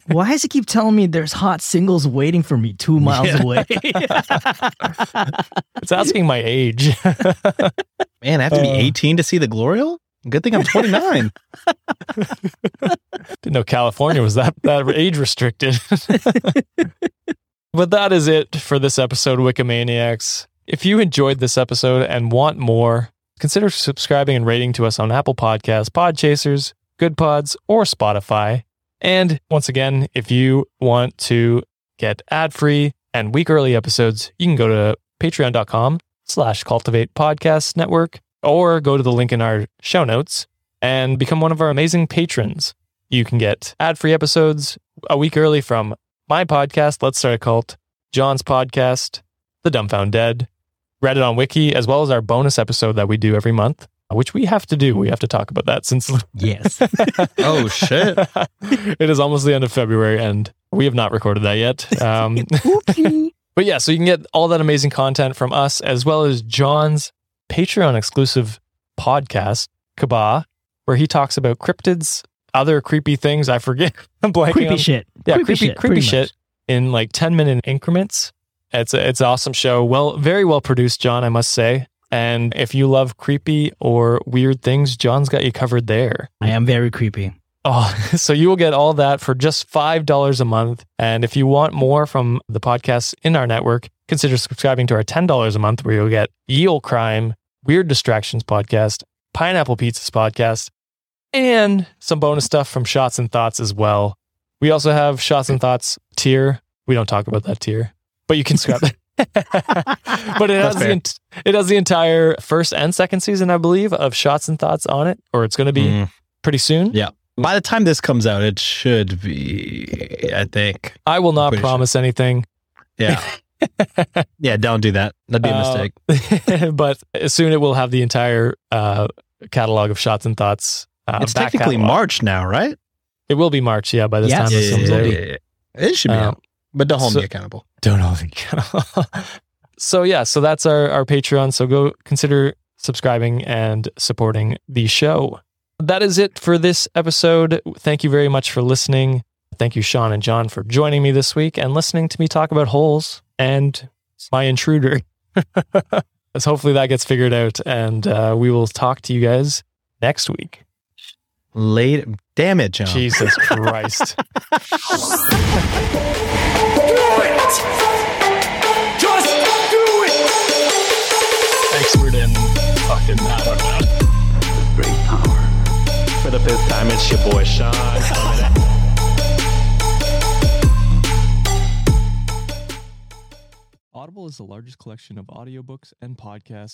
[SPEAKER 8] Why does he keep telling me there's hot singles waiting for me two miles
[SPEAKER 7] Yeah.
[SPEAKER 8] away?
[SPEAKER 4] It's asking my age.
[SPEAKER 7] Man, I have to be
[SPEAKER 4] Uh.
[SPEAKER 7] 18 to see the Glorial. Good thing I'm 29.
[SPEAKER 4] Didn't know California was that that age restricted. but that is it for this episode, Wikimaniacs. If you enjoyed this episode and want more, consider subscribing and rating to us on Apple Podcasts, Podchasers, Good Pods, or Spotify. And once again, if you want to get ad-free and week early episodes, you can go to patreon.com slash cultivate podcast network or go to the link in our show notes and become one of our amazing patrons. You can get ad free episodes a week early from my podcast, Let's Start a Cult, John's podcast, The Dumbfound Dead, Reddit on Wiki, as well as our bonus episode that we do every month, which we have to do. We have to talk about that since
[SPEAKER 2] Yes.
[SPEAKER 7] Oh, shit.
[SPEAKER 4] it is almost the end of February and we have not recorded that yet. Um, But yeah, so you can get all that amazing content from us as well as John's Patreon exclusive podcast, Kabah, where he talks about cryptids, other creepy things. I forget. I'm blanking.
[SPEAKER 8] creepy
[SPEAKER 4] on-
[SPEAKER 8] shit.
[SPEAKER 4] Yeah, creepy, creepy
[SPEAKER 8] pretty
[SPEAKER 4] shit
[SPEAKER 8] much.
[SPEAKER 4] in like 10 minute increments. It's a, it's an awesome show. Well, very well produced, John, I must say. And if you love creepy or weird things, John's got you covered there.
[SPEAKER 8] I am very creepy.
[SPEAKER 4] Oh, so you will get all that for just $5 a month. And if you want more from the podcasts in our network, consider subscribing to our $10 a month, where you'll get Eel Crime, Weird Distractions Podcast, Pineapple Pizzas Podcast, and some bonus stuff from Shots and Thoughts as well. We also have Shots and Thoughts tier. We don't talk about that tier, but you can scrap that. but it has,
[SPEAKER 7] That's
[SPEAKER 4] the, ent- it has the entire first and second season, I believe, of Shots and Thoughts on it, or it's going to be
[SPEAKER 7] Mm.
[SPEAKER 4] pretty soon.
[SPEAKER 7] By the time this comes out, it should be. I think.
[SPEAKER 4] I will not
[SPEAKER 7] Pretty sure.
[SPEAKER 4] promise anything,
[SPEAKER 7] Yeah. yeah. Don't do that. That'd be a
[SPEAKER 4] Uh,
[SPEAKER 7] mistake.
[SPEAKER 4] but soon it will have the entire uh, catalog of shots and thoughts. Uh,
[SPEAKER 7] it's
[SPEAKER 4] back
[SPEAKER 7] technically
[SPEAKER 4] catalog.
[SPEAKER 7] March now, right?
[SPEAKER 4] It will be March, yeah. By this
[SPEAKER 8] Yes.
[SPEAKER 4] time, this
[SPEAKER 8] Yeah,
[SPEAKER 4] comes
[SPEAKER 8] yeah,
[SPEAKER 4] out.
[SPEAKER 8] yeah.
[SPEAKER 7] It should be
[SPEAKER 4] Um,
[SPEAKER 7] out. But Uh, don't hold
[SPEAKER 4] so-
[SPEAKER 7] me accountable.
[SPEAKER 4] Don't all think. so yeah, so that's our our Patreon. So go consider subscribing and supporting the show. That is it for this episode. Thank you very much for listening. Thank you, Sean and John, for joining me this week and listening to me talk about holes and my intruder. so hopefully that gets figured out, and uh, we will talk to you guys next week.
[SPEAKER 7] Late. Damn it, John.
[SPEAKER 4] Jesus Christ.
[SPEAKER 5] Expert in fucking, I don't know.
[SPEAKER 6] For the fifth time, it's your boy Sean.
[SPEAKER 4] Audible is the largest collection of audiobooks and podcasts